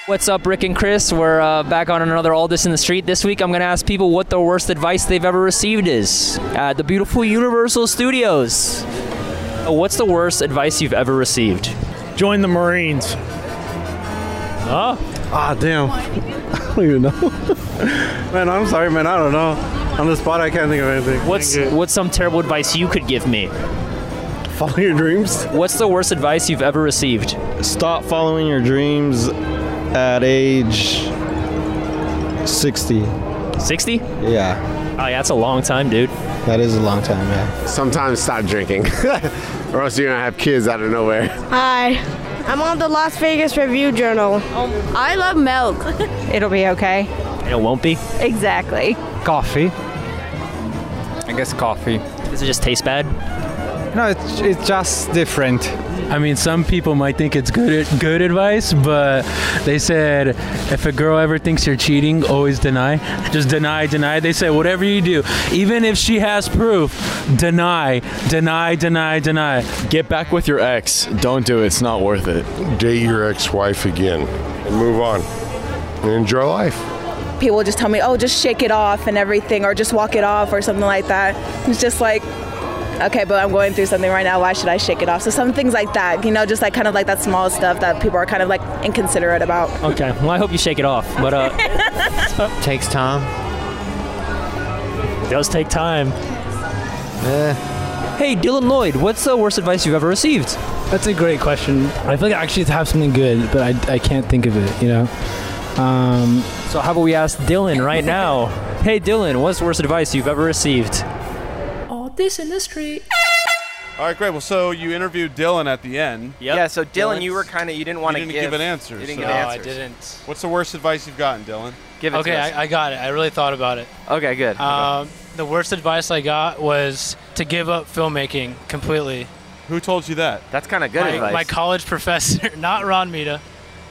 [SPEAKER 1] What's up, Rick and Chris? We're uh, back on another All This in the Street. This week, I'm going to ask people what their worst advice they've ever received is at the beautiful Universal Studios. Uh, What's the worst advice you've ever received?
[SPEAKER 6] Join the Marines.
[SPEAKER 1] Oh,
[SPEAKER 6] Ah, damn. I don't even know. man, I'm sorry, man. I don't know. On the spot, I can't think of anything.
[SPEAKER 1] what's
[SPEAKER 6] Thank you.
[SPEAKER 1] what's some terrible advice you could give me?
[SPEAKER 6] Follow your dreams.
[SPEAKER 1] What's the worst advice you've ever received?
[SPEAKER 7] Stop following your dreams at age 60.
[SPEAKER 1] 60?
[SPEAKER 7] Yeah,
[SPEAKER 1] Oh, yeah, that's a long time, dude.
[SPEAKER 7] that is a long time, yeah.
[SPEAKER 8] Sometimes stop drinking, or else you're gonna have kids out of nowhere.
[SPEAKER 9] Hi, I'm on the Las Vegas Review Journal. I love milk. It'll be okay.
[SPEAKER 1] And it won't be.
[SPEAKER 9] Exactly.
[SPEAKER 10] Coffee. I guess coffee.
[SPEAKER 1] Does it just taste bad?
[SPEAKER 10] No, it's, it's just different. I mean, some people might think it's good good advice, but they said if a girl ever thinks you're cheating, always deny. Just deny, deny. They said whatever you do, even if she has proof, deny, deny, deny, deny.
[SPEAKER 7] Get back with your ex. Don't do it, it's not worth it.
[SPEAKER 11] date your ex-wife again and move on and enjoy life.
[SPEAKER 9] People just tell me, oh, just shake it off and everything, or just walk it off, or something like that. It's just like, okay, but I'm going through something right now. Why should I shake it off? So, some things like that, you know, just like kind of like that small stuff that people are kind of like inconsiderate about.
[SPEAKER 1] Okay. Well, I hope you shake it off. But uh, it
[SPEAKER 7] Takes time.
[SPEAKER 1] does take time.
[SPEAKER 7] Eh.
[SPEAKER 1] Hey, Dylan Lloyd, what's the worst advice you've ever received?
[SPEAKER 10] That's a great question. I feel like I actually have something good, but I, I can't think of it, you know? Um,
[SPEAKER 1] So how about we ask Dylan right now? hey Dylan, what's the worst advice you've ever received?
[SPEAKER 5] All this in the street.
[SPEAKER 3] All right. Great. Well, so you interviewed Dylan at the end.
[SPEAKER 2] Yeah. So Dylan, you were kind of you didn't want to
[SPEAKER 3] didn't
[SPEAKER 2] give,
[SPEAKER 3] give an answer,
[SPEAKER 2] You didn't
[SPEAKER 3] so-
[SPEAKER 4] No,
[SPEAKER 2] give
[SPEAKER 4] I
[SPEAKER 2] answers.
[SPEAKER 4] didn't.
[SPEAKER 3] What's the worst advice you've gotten, Dylan?
[SPEAKER 2] Give it
[SPEAKER 4] Okay,
[SPEAKER 2] to us.
[SPEAKER 4] I, I got it. I really thought about it.
[SPEAKER 2] okay, good.
[SPEAKER 4] Um, the worst advice I got was to give up filmmaking completely.
[SPEAKER 3] Who told you that?
[SPEAKER 2] That's kind of good
[SPEAKER 4] my,
[SPEAKER 2] advice.
[SPEAKER 4] my college professor, not Ron Mita,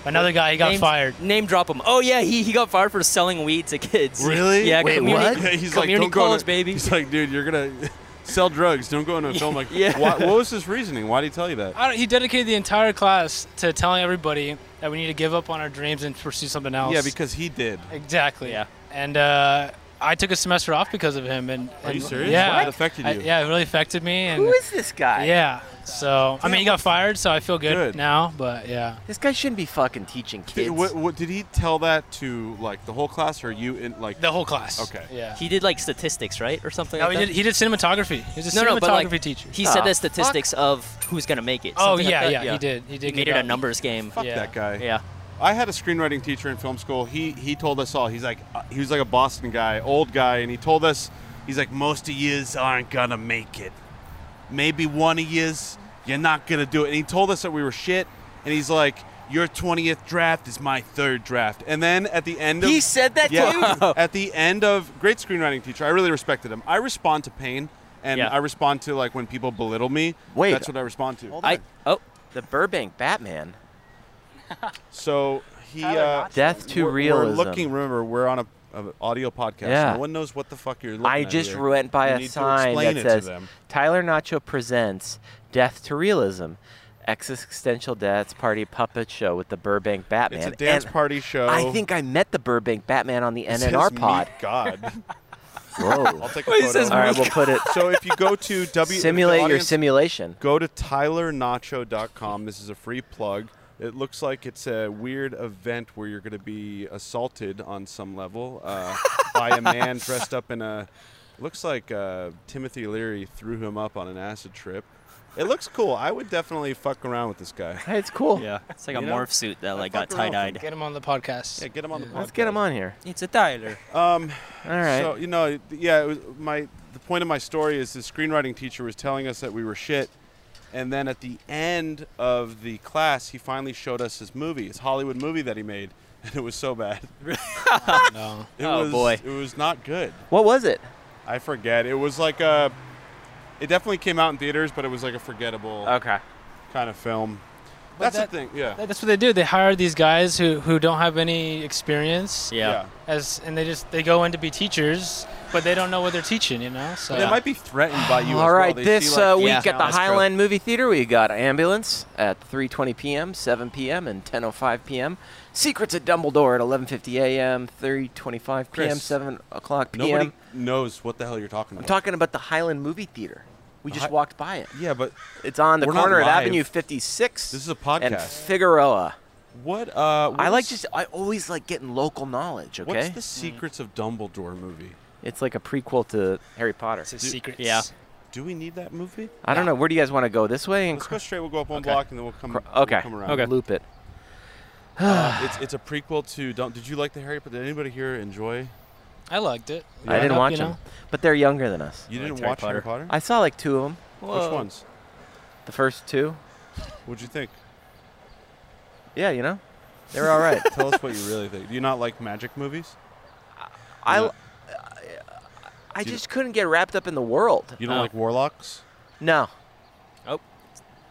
[SPEAKER 4] Another guy, he got
[SPEAKER 1] Name-
[SPEAKER 4] fired.
[SPEAKER 1] Name drop him. Oh yeah, he, he got fired for selling weed to kids.
[SPEAKER 3] Really?
[SPEAKER 1] Yeah. community,
[SPEAKER 3] He's like,
[SPEAKER 1] community
[SPEAKER 3] don't go
[SPEAKER 1] college,
[SPEAKER 3] into,
[SPEAKER 1] baby.
[SPEAKER 3] He's like, dude, you're gonna sell drugs. Don't go into a film. Like,
[SPEAKER 1] Yeah.
[SPEAKER 3] why, what was his reasoning? Why did he tell you that?
[SPEAKER 4] I don't, he dedicated the entire class to telling everybody that we need to give up on our dreams and pursue something else.
[SPEAKER 3] Yeah, because he did.
[SPEAKER 4] exactly. Yeah. And uh, I took a semester off because of him. And,
[SPEAKER 3] Are
[SPEAKER 4] and-
[SPEAKER 3] you serious?
[SPEAKER 4] Yeah,
[SPEAKER 3] Wow, it affected
[SPEAKER 4] I-
[SPEAKER 3] you.
[SPEAKER 4] yeah, it really affected me. And
[SPEAKER 2] Who is this guy?
[SPEAKER 4] Yeah. So I mean, he got fired, so I feel good,
[SPEAKER 3] Good.
[SPEAKER 4] now. But yeah,
[SPEAKER 2] this guy shouldn't be fucking teaching
[SPEAKER 3] Did, what, what, did he tell that to like the whole class or you in like
[SPEAKER 4] the whole class?
[SPEAKER 3] Okay.
[SPEAKER 4] Yeah.
[SPEAKER 1] He did like statistics, right, or something.
[SPEAKER 4] No,
[SPEAKER 1] like
[SPEAKER 4] he
[SPEAKER 1] that?
[SPEAKER 4] did. He did cinematography. He was a
[SPEAKER 1] no,
[SPEAKER 4] cinematography
[SPEAKER 1] no, but like,
[SPEAKER 4] teacher. Ah.
[SPEAKER 1] He said the statistics of who's gonna make it.
[SPEAKER 4] Oh,
[SPEAKER 1] something like
[SPEAKER 4] yeah,
[SPEAKER 1] that,
[SPEAKER 4] yeah, he did. He did
[SPEAKER 1] made
[SPEAKER 4] give
[SPEAKER 1] it a
[SPEAKER 4] out-
[SPEAKER 1] numbers game.
[SPEAKER 3] Fuck that guy.
[SPEAKER 1] Yeah.
[SPEAKER 3] I had a screenwriting teacher in film school. He he told us all. He's like uh, he was like a Boston guy, old guy, and he told us he's like most of yous aren't gonna make it. Maybe one of yous you're not gonna do it. And he told us that we were shit. And he's like your twentieth draft is my third draft. And then at the end of
[SPEAKER 2] He said that to
[SPEAKER 3] yeah,
[SPEAKER 2] you?
[SPEAKER 3] At the end of great screenwriting teacher, I really respected him. I respond to pain. And
[SPEAKER 2] Yeah.
[SPEAKER 3] I respond to like when people belittle me.
[SPEAKER 2] Wait.
[SPEAKER 3] that's what I respond to.
[SPEAKER 2] I
[SPEAKER 1] oh
[SPEAKER 2] the Burbank Batman.
[SPEAKER 3] So he uh,
[SPEAKER 2] Death to
[SPEAKER 3] we're, We're
[SPEAKER 2] realism.
[SPEAKER 3] looking. Remember, we're on a, a audio podcast.
[SPEAKER 2] Yeah.
[SPEAKER 3] No one knows what the fuck you're looking
[SPEAKER 2] I
[SPEAKER 3] at
[SPEAKER 2] just
[SPEAKER 3] here.
[SPEAKER 2] went by
[SPEAKER 3] You
[SPEAKER 2] a
[SPEAKER 3] need to
[SPEAKER 2] sign
[SPEAKER 3] explain
[SPEAKER 2] that
[SPEAKER 3] it to
[SPEAKER 2] says
[SPEAKER 3] them.
[SPEAKER 2] Tyler Nacho presents Death to Realism, existential dance party puppet show with the Burbank Batman.
[SPEAKER 3] It's a dance
[SPEAKER 2] And
[SPEAKER 3] party show.
[SPEAKER 2] I think I met the Burbank Batman on the
[SPEAKER 3] It
[SPEAKER 2] NNR
[SPEAKER 3] says
[SPEAKER 2] pod.
[SPEAKER 3] Meet God.
[SPEAKER 2] Whoa.
[SPEAKER 3] I'll take a
[SPEAKER 2] Wait, it
[SPEAKER 3] photo.
[SPEAKER 2] says All right, meet we'll put it-
[SPEAKER 3] So if you go to W
[SPEAKER 2] Simulate your
[SPEAKER 3] audience,
[SPEAKER 2] simulation.
[SPEAKER 3] Go to tylernacho.com. This is a free plug. It looks like it's a weird event where you're going to be assaulted on some level uh, by a man dressed up in a. Looks like uh, Timothy Leary threw him up on an acid trip. It looks cool. I would definitely fuck around with this guy.
[SPEAKER 2] Hey, it's cool.
[SPEAKER 1] Yeah, it's like a
[SPEAKER 3] You know?
[SPEAKER 1] morph suit that like
[SPEAKER 3] fuck
[SPEAKER 1] got tie
[SPEAKER 3] around.
[SPEAKER 1] dyed.
[SPEAKER 4] Get him on the podcast.
[SPEAKER 3] Yeah, get him on the podcast.
[SPEAKER 2] Let's get him on here.
[SPEAKER 1] It's a Tyler.
[SPEAKER 3] Um,
[SPEAKER 2] All right.
[SPEAKER 3] So you know, yeah, it was my the point of my story is the screenwriting teacher was telling us that we were shit, and then at the end of the class, he finally showed us his movie, his Hollywood movie that he made, and it was so bad.
[SPEAKER 4] no.
[SPEAKER 3] It
[SPEAKER 1] Oh,
[SPEAKER 3] was,
[SPEAKER 1] boy.
[SPEAKER 3] it was not good.
[SPEAKER 2] What was it?
[SPEAKER 3] I forget. It was like a. It definitely came out in theaters, but it was like a forgettable.
[SPEAKER 2] Okay.
[SPEAKER 3] Kind of film.
[SPEAKER 4] But
[SPEAKER 3] That's
[SPEAKER 4] that-
[SPEAKER 3] the thing. Yeah.
[SPEAKER 4] That- That's what they do. They hire these guys who, who don't have any experience.
[SPEAKER 3] Yeah. Yeah.
[SPEAKER 4] As and they just they go in to be teachers, but they don't know what they're teaching. You know. So
[SPEAKER 3] They might be threatened by you.
[SPEAKER 2] All right, this uh, week
[SPEAKER 3] get
[SPEAKER 2] at the Highland Movie Theater, we got Ambulance at 3:20 p.m., 7 p.m., and 10:05 p.m. Secrets at Dumbledore at 11:50 a.m., 3:25 p.m.,
[SPEAKER 3] Chris,
[SPEAKER 2] 7 o'clock p.m.
[SPEAKER 3] Nobody knows what the hell you're talking
[SPEAKER 2] I'm
[SPEAKER 3] about.
[SPEAKER 2] talking about the Highland Movie Theater. We just
[SPEAKER 3] Hi-
[SPEAKER 2] walked by it.
[SPEAKER 3] Yeah, but
[SPEAKER 2] it's on the
[SPEAKER 3] we're not
[SPEAKER 2] corner of
[SPEAKER 3] live.
[SPEAKER 2] Avenue 56. This
[SPEAKER 3] is a podcast.
[SPEAKER 2] And Figueroa.
[SPEAKER 3] What? Uh,
[SPEAKER 2] I like
[SPEAKER 3] what's-
[SPEAKER 2] just. I always like getting local knowledge. Okay.
[SPEAKER 3] What's the Secrets of Dumbledore movie?
[SPEAKER 2] It's like a prequel to Harry Potter. It's
[SPEAKER 4] secrets.
[SPEAKER 2] Yeah.
[SPEAKER 3] Do we need that movie?
[SPEAKER 2] I don't know. Where do you guys want to go? This way and
[SPEAKER 3] Let's
[SPEAKER 2] cr-
[SPEAKER 3] go straight. We'll go up one
[SPEAKER 2] Okay.
[SPEAKER 3] block and then we'll come.
[SPEAKER 2] cr-
[SPEAKER 3] we'll
[SPEAKER 2] okay.
[SPEAKER 3] come around.
[SPEAKER 2] Loop it.
[SPEAKER 3] Uh, it's it's a prequel to. Dumb- did you like the Harry? Potter? Did anybody here enjoy?
[SPEAKER 4] I liked it.
[SPEAKER 2] I didn't watch
[SPEAKER 4] you
[SPEAKER 2] them,
[SPEAKER 4] know?
[SPEAKER 2] but they're younger than us.
[SPEAKER 3] You I didn't liked Harry watch Harry Potter. Potter?
[SPEAKER 2] I saw like two of them.
[SPEAKER 3] Which ones?
[SPEAKER 2] The first two.
[SPEAKER 3] What'd you think?
[SPEAKER 2] Yeah, you know, they were all right.
[SPEAKER 3] Tell us what you really think. Do you not like magic movies?
[SPEAKER 2] I,
[SPEAKER 3] Yeah.
[SPEAKER 2] I just couldn't get wrapped up in the world.
[SPEAKER 3] You don't
[SPEAKER 2] Oh.
[SPEAKER 3] like warlocks?
[SPEAKER 2] No.
[SPEAKER 1] Oh,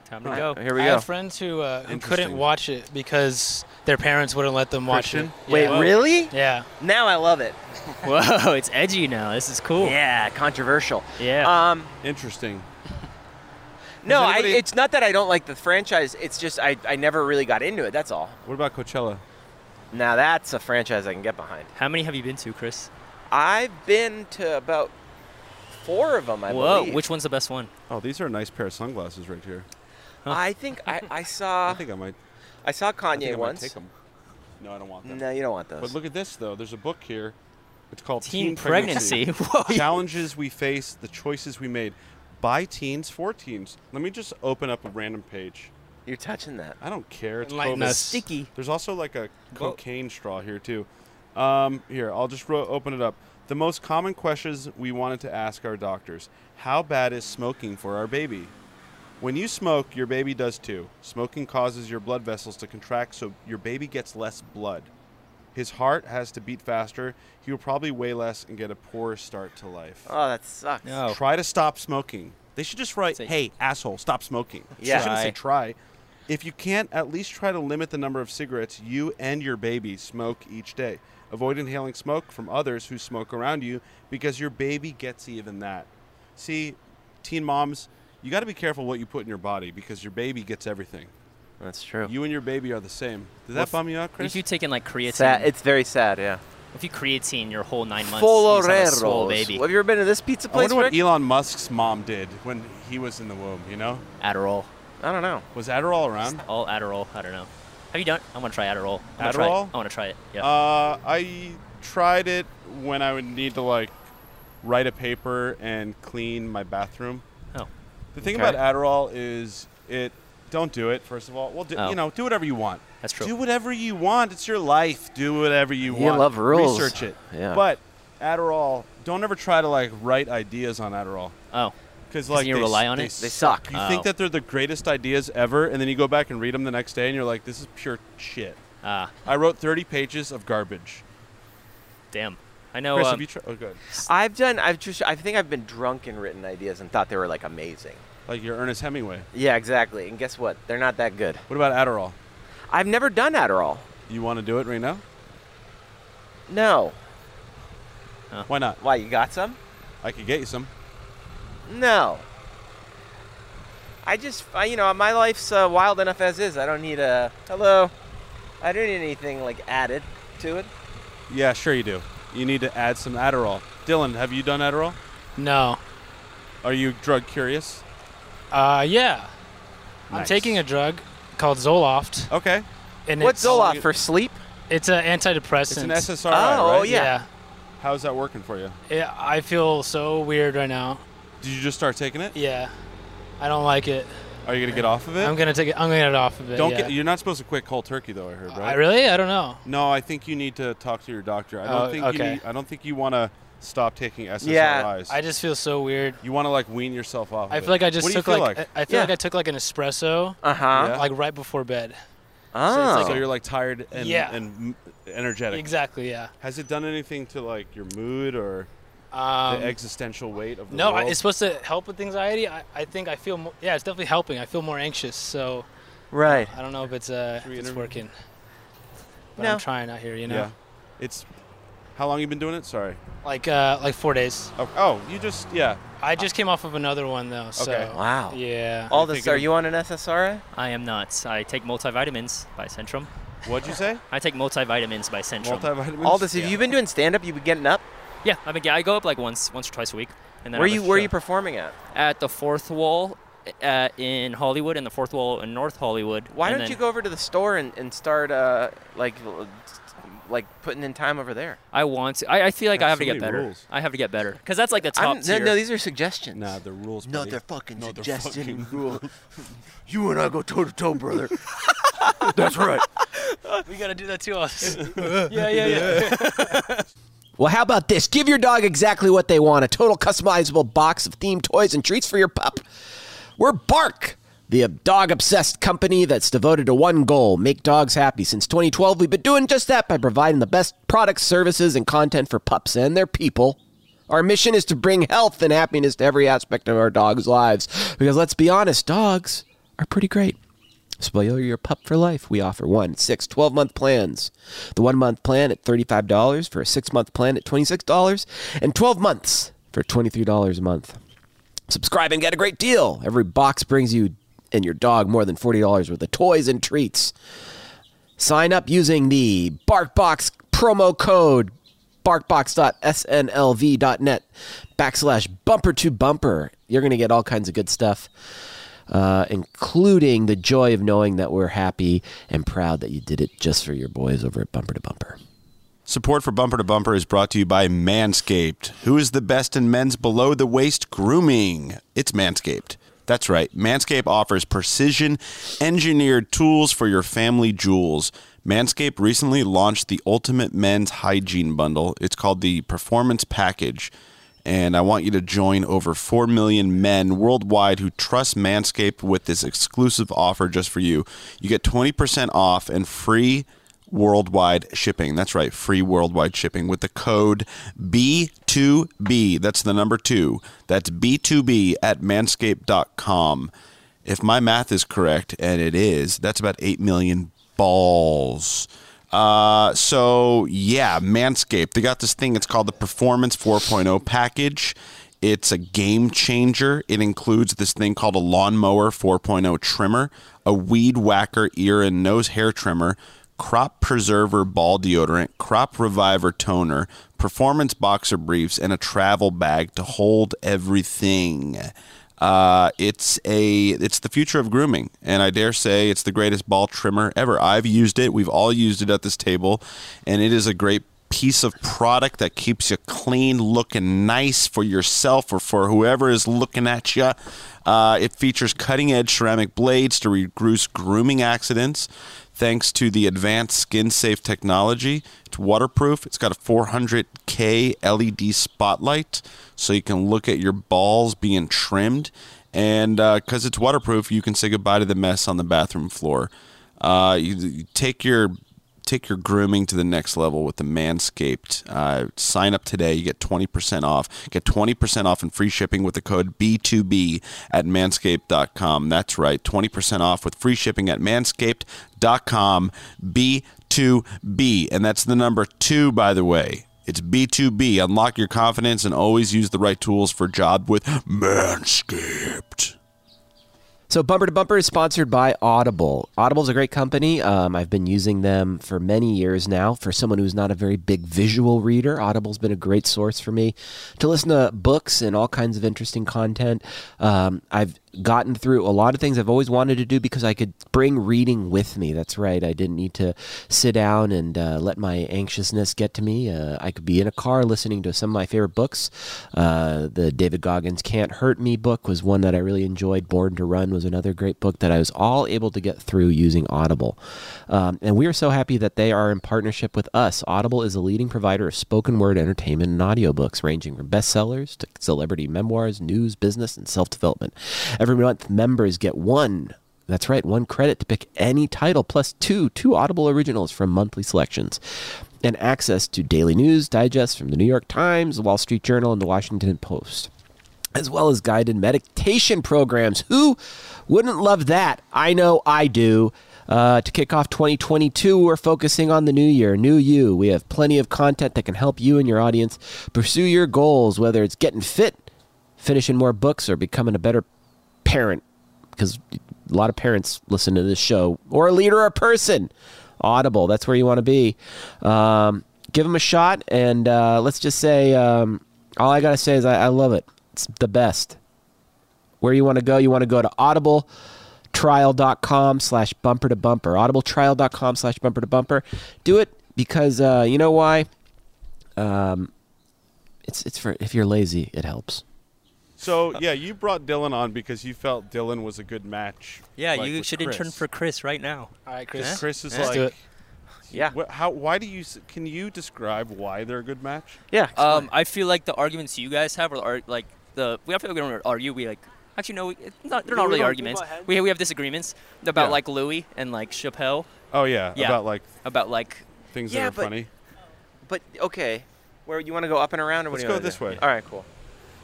[SPEAKER 1] time
[SPEAKER 2] Right,
[SPEAKER 1] to go.
[SPEAKER 2] Here we
[SPEAKER 4] I
[SPEAKER 2] go.
[SPEAKER 4] have friends who, uh, who couldn't
[SPEAKER 2] Interesting.
[SPEAKER 4] watch it because their parents wouldn't let them watch
[SPEAKER 1] Christian?
[SPEAKER 4] it.
[SPEAKER 2] Wait, really?
[SPEAKER 4] Yeah.
[SPEAKER 2] Now I love it.
[SPEAKER 1] Whoa, it's edgy now. This is cool.
[SPEAKER 2] Yeah, controversial.
[SPEAKER 1] Yeah.
[SPEAKER 2] Um,
[SPEAKER 3] Interesting.
[SPEAKER 2] no,
[SPEAKER 3] Does
[SPEAKER 2] I,
[SPEAKER 3] anybody-
[SPEAKER 2] it's not that I don't like the franchise. It's just I, I never really got into it. That's all.
[SPEAKER 3] What about Coachella?
[SPEAKER 2] Now that's a franchise I can get behind.
[SPEAKER 1] How many have you been to, Chris?
[SPEAKER 2] I've been to about four of them. I
[SPEAKER 1] Whoa,
[SPEAKER 2] believe.
[SPEAKER 1] which one's the best one?
[SPEAKER 3] Oh, these are a nice pair of sunglasses right here.
[SPEAKER 2] I think I, I saw. I
[SPEAKER 3] think I might.
[SPEAKER 2] I saw
[SPEAKER 3] I
[SPEAKER 2] Kanye
[SPEAKER 3] think I might
[SPEAKER 2] once.
[SPEAKER 3] take 'em. No, I don't want them.
[SPEAKER 2] No, you don't want those.
[SPEAKER 3] But look at this though. The's a book here. It's called
[SPEAKER 1] Teen
[SPEAKER 3] Teen Pregnancy.
[SPEAKER 1] Pregnancy. Whoa.
[SPEAKER 3] Challenges we face, the choices we made by teens for teens. Let me just open up a random page.
[SPEAKER 2] You're touching that.
[SPEAKER 3] I don't care. It's
[SPEAKER 4] Enlighten
[SPEAKER 3] COVID.
[SPEAKER 4] us.
[SPEAKER 2] Sticky.
[SPEAKER 3] There's also like a cocaine straw here too. Um, here, I'll just ro- open it up. The most common questions we wanted to ask our doctors: How bad is smoking for our baby? When you smoke, your baby does too. Smoking causes your blood vessels to contract, so your baby gets less blood. His heart has to beat faster. He will probably weigh less and get a poorer start to life.
[SPEAKER 2] Oh, that sucks.
[SPEAKER 3] Try to stop smoking. They should just write, "Hey, asshole, stop smoking." They
[SPEAKER 2] Yeah.
[SPEAKER 3] shouldn't say try. If you can't, at least try to limit the number of cigarettes you and your baby smoke each day. Avoid inhaling smoke from others who smoke around you because your baby gets even that. See, teen moms, you got to be careful what you put in your body because your baby gets everything.
[SPEAKER 2] That's true.
[SPEAKER 3] You and your baby are the same. Did that
[SPEAKER 1] Well,
[SPEAKER 3] bum you out, Chris?
[SPEAKER 1] If you take in like creatine,
[SPEAKER 2] Sad. It's very sad. Yeah.
[SPEAKER 1] if you creatine your whole nine months, you just have a swole
[SPEAKER 2] Folloreros.
[SPEAKER 1] baby.
[SPEAKER 2] Have you ever been to this pizza
[SPEAKER 3] I
[SPEAKER 2] place?
[SPEAKER 3] wonder what
[SPEAKER 2] Rick?
[SPEAKER 3] Elon Musk's mom did when he was in the womb. You know,
[SPEAKER 1] Adderall.
[SPEAKER 2] I don't know.
[SPEAKER 3] Was Adderall around?
[SPEAKER 1] All Adderall. I don't know. Have you done? I want to try Adderall. I'm gonna try it.
[SPEAKER 3] Adderall?
[SPEAKER 1] I want to try it. Yeah.
[SPEAKER 3] Uh, I tried it when I would need to like write a paper and clean my bathroom.
[SPEAKER 1] Oh.
[SPEAKER 3] The thing
[SPEAKER 1] Okay.
[SPEAKER 3] about Adderall is it. Don't do it. First of all, well, do,
[SPEAKER 1] Oh.
[SPEAKER 3] you know, do whatever you want.
[SPEAKER 1] That's true.
[SPEAKER 3] Do whatever you want. It's your life. Do whatever you
[SPEAKER 2] You
[SPEAKER 3] want.
[SPEAKER 2] love rules.
[SPEAKER 3] Research it.
[SPEAKER 2] Yeah.
[SPEAKER 3] But Adderall, don't ever try to like write ideas on Adderall.
[SPEAKER 1] Oh.
[SPEAKER 3] Because
[SPEAKER 1] 'Cause
[SPEAKER 3] like
[SPEAKER 1] you
[SPEAKER 3] they,
[SPEAKER 1] rely on
[SPEAKER 3] they
[SPEAKER 1] it? They
[SPEAKER 3] suck.
[SPEAKER 1] suck.
[SPEAKER 3] You think
[SPEAKER 1] Oh.
[SPEAKER 3] that they're the greatest ideas ever, and then you go back and read them the next day, and you're like, this is pure shit.
[SPEAKER 1] Ah.
[SPEAKER 3] I wrote 30 pages of garbage.
[SPEAKER 1] Damn. I know.
[SPEAKER 3] Chris,
[SPEAKER 1] um,
[SPEAKER 3] have you tried? Oh, good.
[SPEAKER 2] I've done. I've just. I think I've been drunk and written ideas and thought they were like amazing.
[SPEAKER 3] Like your Ernest Hemingway.
[SPEAKER 2] Yeah, exactly. And guess what? They're not that good.
[SPEAKER 3] What about Adderall?
[SPEAKER 2] I've never done Adderall.
[SPEAKER 3] You want to do it right now?
[SPEAKER 2] No.
[SPEAKER 3] Why not?
[SPEAKER 2] Why you got some?
[SPEAKER 3] I could get you some.
[SPEAKER 2] No. I just, I, you know, my life's uh, wild enough as is. I don't need a hello. I don't need anything like added to it.
[SPEAKER 3] Yeah, sure you do. You need to add some Adderall. Dylan, have you done Adderall?
[SPEAKER 4] No.
[SPEAKER 3] Are you drug curious?
[SPEAKER 4] Uh, yeah. I'm
[SPEAKER 3] Nice.
[SPEAKER 4] taking a drug called Zoloft.
[SPEAKER 3] Okay.
[SPEAKER 4] And
[SPEAKER 2] What's
[SPEAKER 4] it's-
[SPEAKER 2] Zoloft for sleep?
[SPEAKER 4] It's an antidepressant.
[SPEAKER 3] It's an SSRI,
[SPEAKER 2] Oh,
[SPEAKER 3] right?
[SPEAKER 2] yeah.
[SPEAKER 3] How's that working for you?
[SPEAKER 4] Yeah. It- I feel so weird right now.
[SPEAKER 3] Did you just start taking it?
[SPEAKER 4] Yeah. I don't like it.
[SPEAKER 3] Are you gonna get off of it?
[SPEAKER 4] I'm gonna take it. I'm gonna get it off of it.
[SPEAKER 3] Don't
[SPEAKER 4] yeah.
[SPEAKER 3] get. You're not supposed to quit cold turkey, though. I heard, right?
[SPEAKER 4] I really? I don't know.
[SPEAKER 3] No, I think you need to talk to your doctor. I don't
[SPEAKER 4] Oh,
[SPEAKER 3] think you
[SPEAKER 4] okay.
[SPEAKER 3] need, I don't think you want to stop taking SSRIs.
[SPEAKER 4] I just feel so weird.
[SPEAKER 3] You want to like wean yourself off.
[SPEAKER 4] I
[SPEAKER 3] of
[SPEAKER 4] feel like
[SPEAKER 3] it.
[SPEAKER 4] I just
[SPEAKER 3] What do you
[SPEAKER 4] took
[SPEAKER 3] feel
[SPEAKER 4] like, I I feel like I took like an espresso.
[SPEAKER 2] Uh-huh.
[SPEAKER 3] Yeah.
[SPEAKER 4] Like right before bed.
[SPEAKER 3] So, it's like-
[SPEAKER 2] Oh.
[SPEAKER 3] so you're like tired and
[SPEAKER 4] Yeah.
[SPEAKER 3] and m- energetic.
[SPEAKER 4] Exactly. Yeah.
[SPEAKER 3] Has it done anything to like your mood or
[SPEAKER 4] Um,
[SPEAKER 3] the existential weight of the
[SPEAKER 4] No, I,
[SPEAKER 3] world?
[SPEAKER 4] it's supposed to help with anxiety. I, I think I feel more, yeah, it's definitely helping. I feel more anxious, so
[SPEAKER 2] Right.
[SPEAKER 4] I don't know if it's uh if it's working. But
[SPEAKER 2] No.
[SPEAKER 4] I'm trying out here, you know.
[SPEAKER 3] Yeah. It's how long you been doing it? Sorry.
[SPEAKER 4] Like uh like 4 days.
[SPEAKER 3] Oh, oh, you just yeah.
[SPEAKER 4] I just came off of another one though, so
[SPEAKER 2] Wow.
[SPEAKER 4] Yeah.
[SPEAKER 2] All this. Are you on an SSRI?
[SPEAKER 1] I am not. I take multivitamins by Centrum.
[SPEAKER 3] What'd you say?
[SPEAKER 1] I take multivitamins by Centrum.
[SPEAKER 3] Multivitamins.
[SPEAKER 2] All this. Have you been doing stand up? You been getting up?
[SPEAKER 1] Yeah, I mean, yeah, I go up like once, once or twice a week. And then
[SPEAKER 2] where
[SPEAKER 1] I have
[SPEAKER 2] you
[SPEAKER 1] a
[SPEAKER 2] Where
[SPEAKER 1] show.
[SPEAKER 2] you performing at?
[SPEAKER 1] At the Fourth Wall uh, in Hollywood and the Fourth Wall in North Hollywood.
[SPEAKER 2] Why
[SPEAKER 1] and
[SPEAKER 2] don't
[SPEAKER 1] then-
[SPEAKER 2] you go over to the store and, and start uh like l- like putting in time over there?
[SPEAKER 1] I want to. I, I feel like
[SPEAKER 3] Have
[SPEAKER 1] I have
[SPEAKER 3] so
[SPEAKER 1] to get
[SPEAKER 3] many
[SPEAKER 1] better.
[SPEAKER 3] rules.
[SPEAKER 1] I have to get better because that's like the top
[SPEAKER 2] I'm- no,
[SPEAKER 1] tier.
[SPEAKER 2] no, these are suggestions.
[SPEAKER 3] Nah, the rules.
[SPEAKER 2] No,
[SPEAKER 3] buddy.
[SPEAKER 2] they're fucking
[SPEAKER 3] No, they're
[SPEAKER 2] suggested
[SPEAKER 3] fucking
[SPEAKER 2] and rule.
[SPEAKER 3] rules.
[SPEAKER 2] You and I go toe to toe, brother. That's right.
[SPEAKER 4] We got to do that to us. yeah, yeah, yeah.
[SPEAKER 12] Well, how about this? Give your dog exactly what they want a total customizable box of themed toys and treats for your pup. We're Bark, the dog obsessed company that's devoted to one goal make dogs happy. Since 2012, we've been doing just that by providing the best products, services, and content for pups and their people. Our mission is to bring health and happiness to every aspect of our dogs' lives. Because let's be honest, dogs are pretty great. Spoil your pup for life. We offer one, six, 12 month plans. The one month plan at $35, for a six month plan at $26, and 12 months for $23 a month. Subscribe and get a great deal. Every box brings you and your dog more than $40 worth of toys and treats. Sign up using the BarkBox promo code barkbox.snlv.net backslash bumper to bumper. You're going to get all kinds of good stuff, uh, including the joy of knowing that we're happy and proud that you did it just for your boys over at Bumper to Bumper.
[SPEAKER 3] Support for Bumper to Bumper is brought to you by Manscaped, who is the best in men's below the waist grooming. It's Manscaped. That's right. Manscaped offers precision engineered tools for your family jewels. Manscaped recently launched the Ultimate Men's Hygiene Bundle. It's called the Performance Package. And I want you to join over 4 million men worldwide who trust Manscaped with this exclusive offer just for you. You get 20% off and free worldwide shipping. That's right, free worldwide shipping with the code B2B. That's the number two. That's B2B at manscaped.com. if my math is correct, and it is, that's about 8 million balls. Uh, so, yeah, Manscaped. They got this thing. It's called the Performance 4.0 package. It's a game changer. It includes this thing called a lawnmower 4.0 trimmer, a weed whacker ear and nose hair trimmer, crop preserver ball deodorant, crop reviver toner, performance boxer briefs, and a travel bag to hold everything. Uh, it's a it's the future of grooming, and I dare say it's the greatest ball trimmer ever. I've used it. We've all used it at this table, and it is a great piece of product that keeps you clean, looking nice for yourself or for whoever is looking at you. Uh, it features cutting edge ceramic blades to reduce grooming accidents thanks to the advanced skin safe technology. It's waterproof, it's got a 400K LED E spotlight so you can look at your balls being trimmed. And because it's waterproof, you can say goodbye to the mess on the bathroom floor. Uh, you, you take your take your grooming to the next level with the Manscaped. Uh, sign up today. You get 20% off. Get 20% off and free shipping with the code B2B at manscaped.com. That's right. 20% off with free shipping at manscaped.com. B2B. And that's the number two, by the way. It's B2B. Unlock your confidence and always use the right tools for job with Manscaped.
[SPEAKER 12] So Bumper to Bumper is sponsored by Audible. Audible's a great company. Um, I've been using them for many years now. For someone who's not a very big visual reader, Audible's been a great source for me to listen to books and all kinds of interesting content. Um, I've gotten through a lot of things I've always wanted to do because I could bring reading with me. That's right. I didn't need to sit down and uh, let my anxiousness get to me. Uh, I could be in a car listening to some of my favorite books. Uh, the David Goggins Can't Hurt Me book was one that I really enjoyed. Born to Run was another great book that I was all able to get through using Audible. Um, and we are so happy that they are in partnership with us. Audible is a leading provider of spoken word entertainment and audiobooks, ranging from bestsellers to celebrity memoirs, news, business, and self development. Every month, members get one. That's right, one credit to pick any title, plus two two Audible originals from monthly selections, and access to daily news digests from the New York Times, the Wall Street Journal, and the Washington Post, as well as guided meditation programs. Who wouldn't love that? I know I do. Uh, to kick off 2022, we're focusing on the new year, new you. We have plenty of content that can help you and your audience pursue your goals, whether it's getting fit, finishing more books, or becoming a better parent because a lot of parents listen to this show or a leader or a person audible that's where you want to be um, give them a shot and uh, let's just say um, all i gotta say is I, I love it it's the best where you want to go you want to go to audible trial.com slash bumper to bumper audibletrial.com slash bumper to bumper do it because uh, you know why um, it's, it's for if you're lazy it helps
[SPEAKER 4] So yeah, you brought Dylan on because you felt Dylan was a good match.
[SPEAKER 5] Yeah,
[SPEAKER 4] like,
[SPEAKER 5] you
[SPEAKER 4] with
[SPEAKER 5] should
[SPEAKER 4] Chris.
[SPEAKER 5] intern for Chris right now.
[SPEAKER 13] All right,
[SPEAKER 4] Chris. Chris is like, yeah. how? Why do you? s- Can you describe why they're a good match?
[SPEAKER 2] Uh,
[SPEAKER 1] Um, I feel like the arguments you guys have are, are like the we have to don't argue. We like actually no, we, it's not, they're
[SPEAKER 5] Yeah,
[SPEAKER 1] not
[SPEAKER 5] we
[SPEAKER 1] really
[SPEAKER 5] don't- we
[SPEAKER 1] arguments.
[SPEAKER 5] butt heads.
[SPEAKER 1] We we have disagreements about
[SPEAKER 5] Yeah.
[SPEAKER 1] like Louis and like Chappelle.
[SPEAKER 4] Oh yeah,
[SPEAKER 1] Yeah.
[SPEAKER 4] about like
[SPEAKER 1] about like
[SPEAKER 4] things
[SPEAKER 1] Yeah,
[SPEAKER 4] that are
[SPEAKER 1] but-
[SPEAKER 4] funny.
[SPEAKER 2] But okay, where you want to go up and around, or what
[SPEAKER 4] Let's
[SPEAKER 2] do you
[SPEAKER 4] go
[SPEAKER 2] wanna
[SPEAKER 4] this
[SPEAKER 2] do?
[SPEAKER 4] way.
[SPEAKER 2] All right, cool.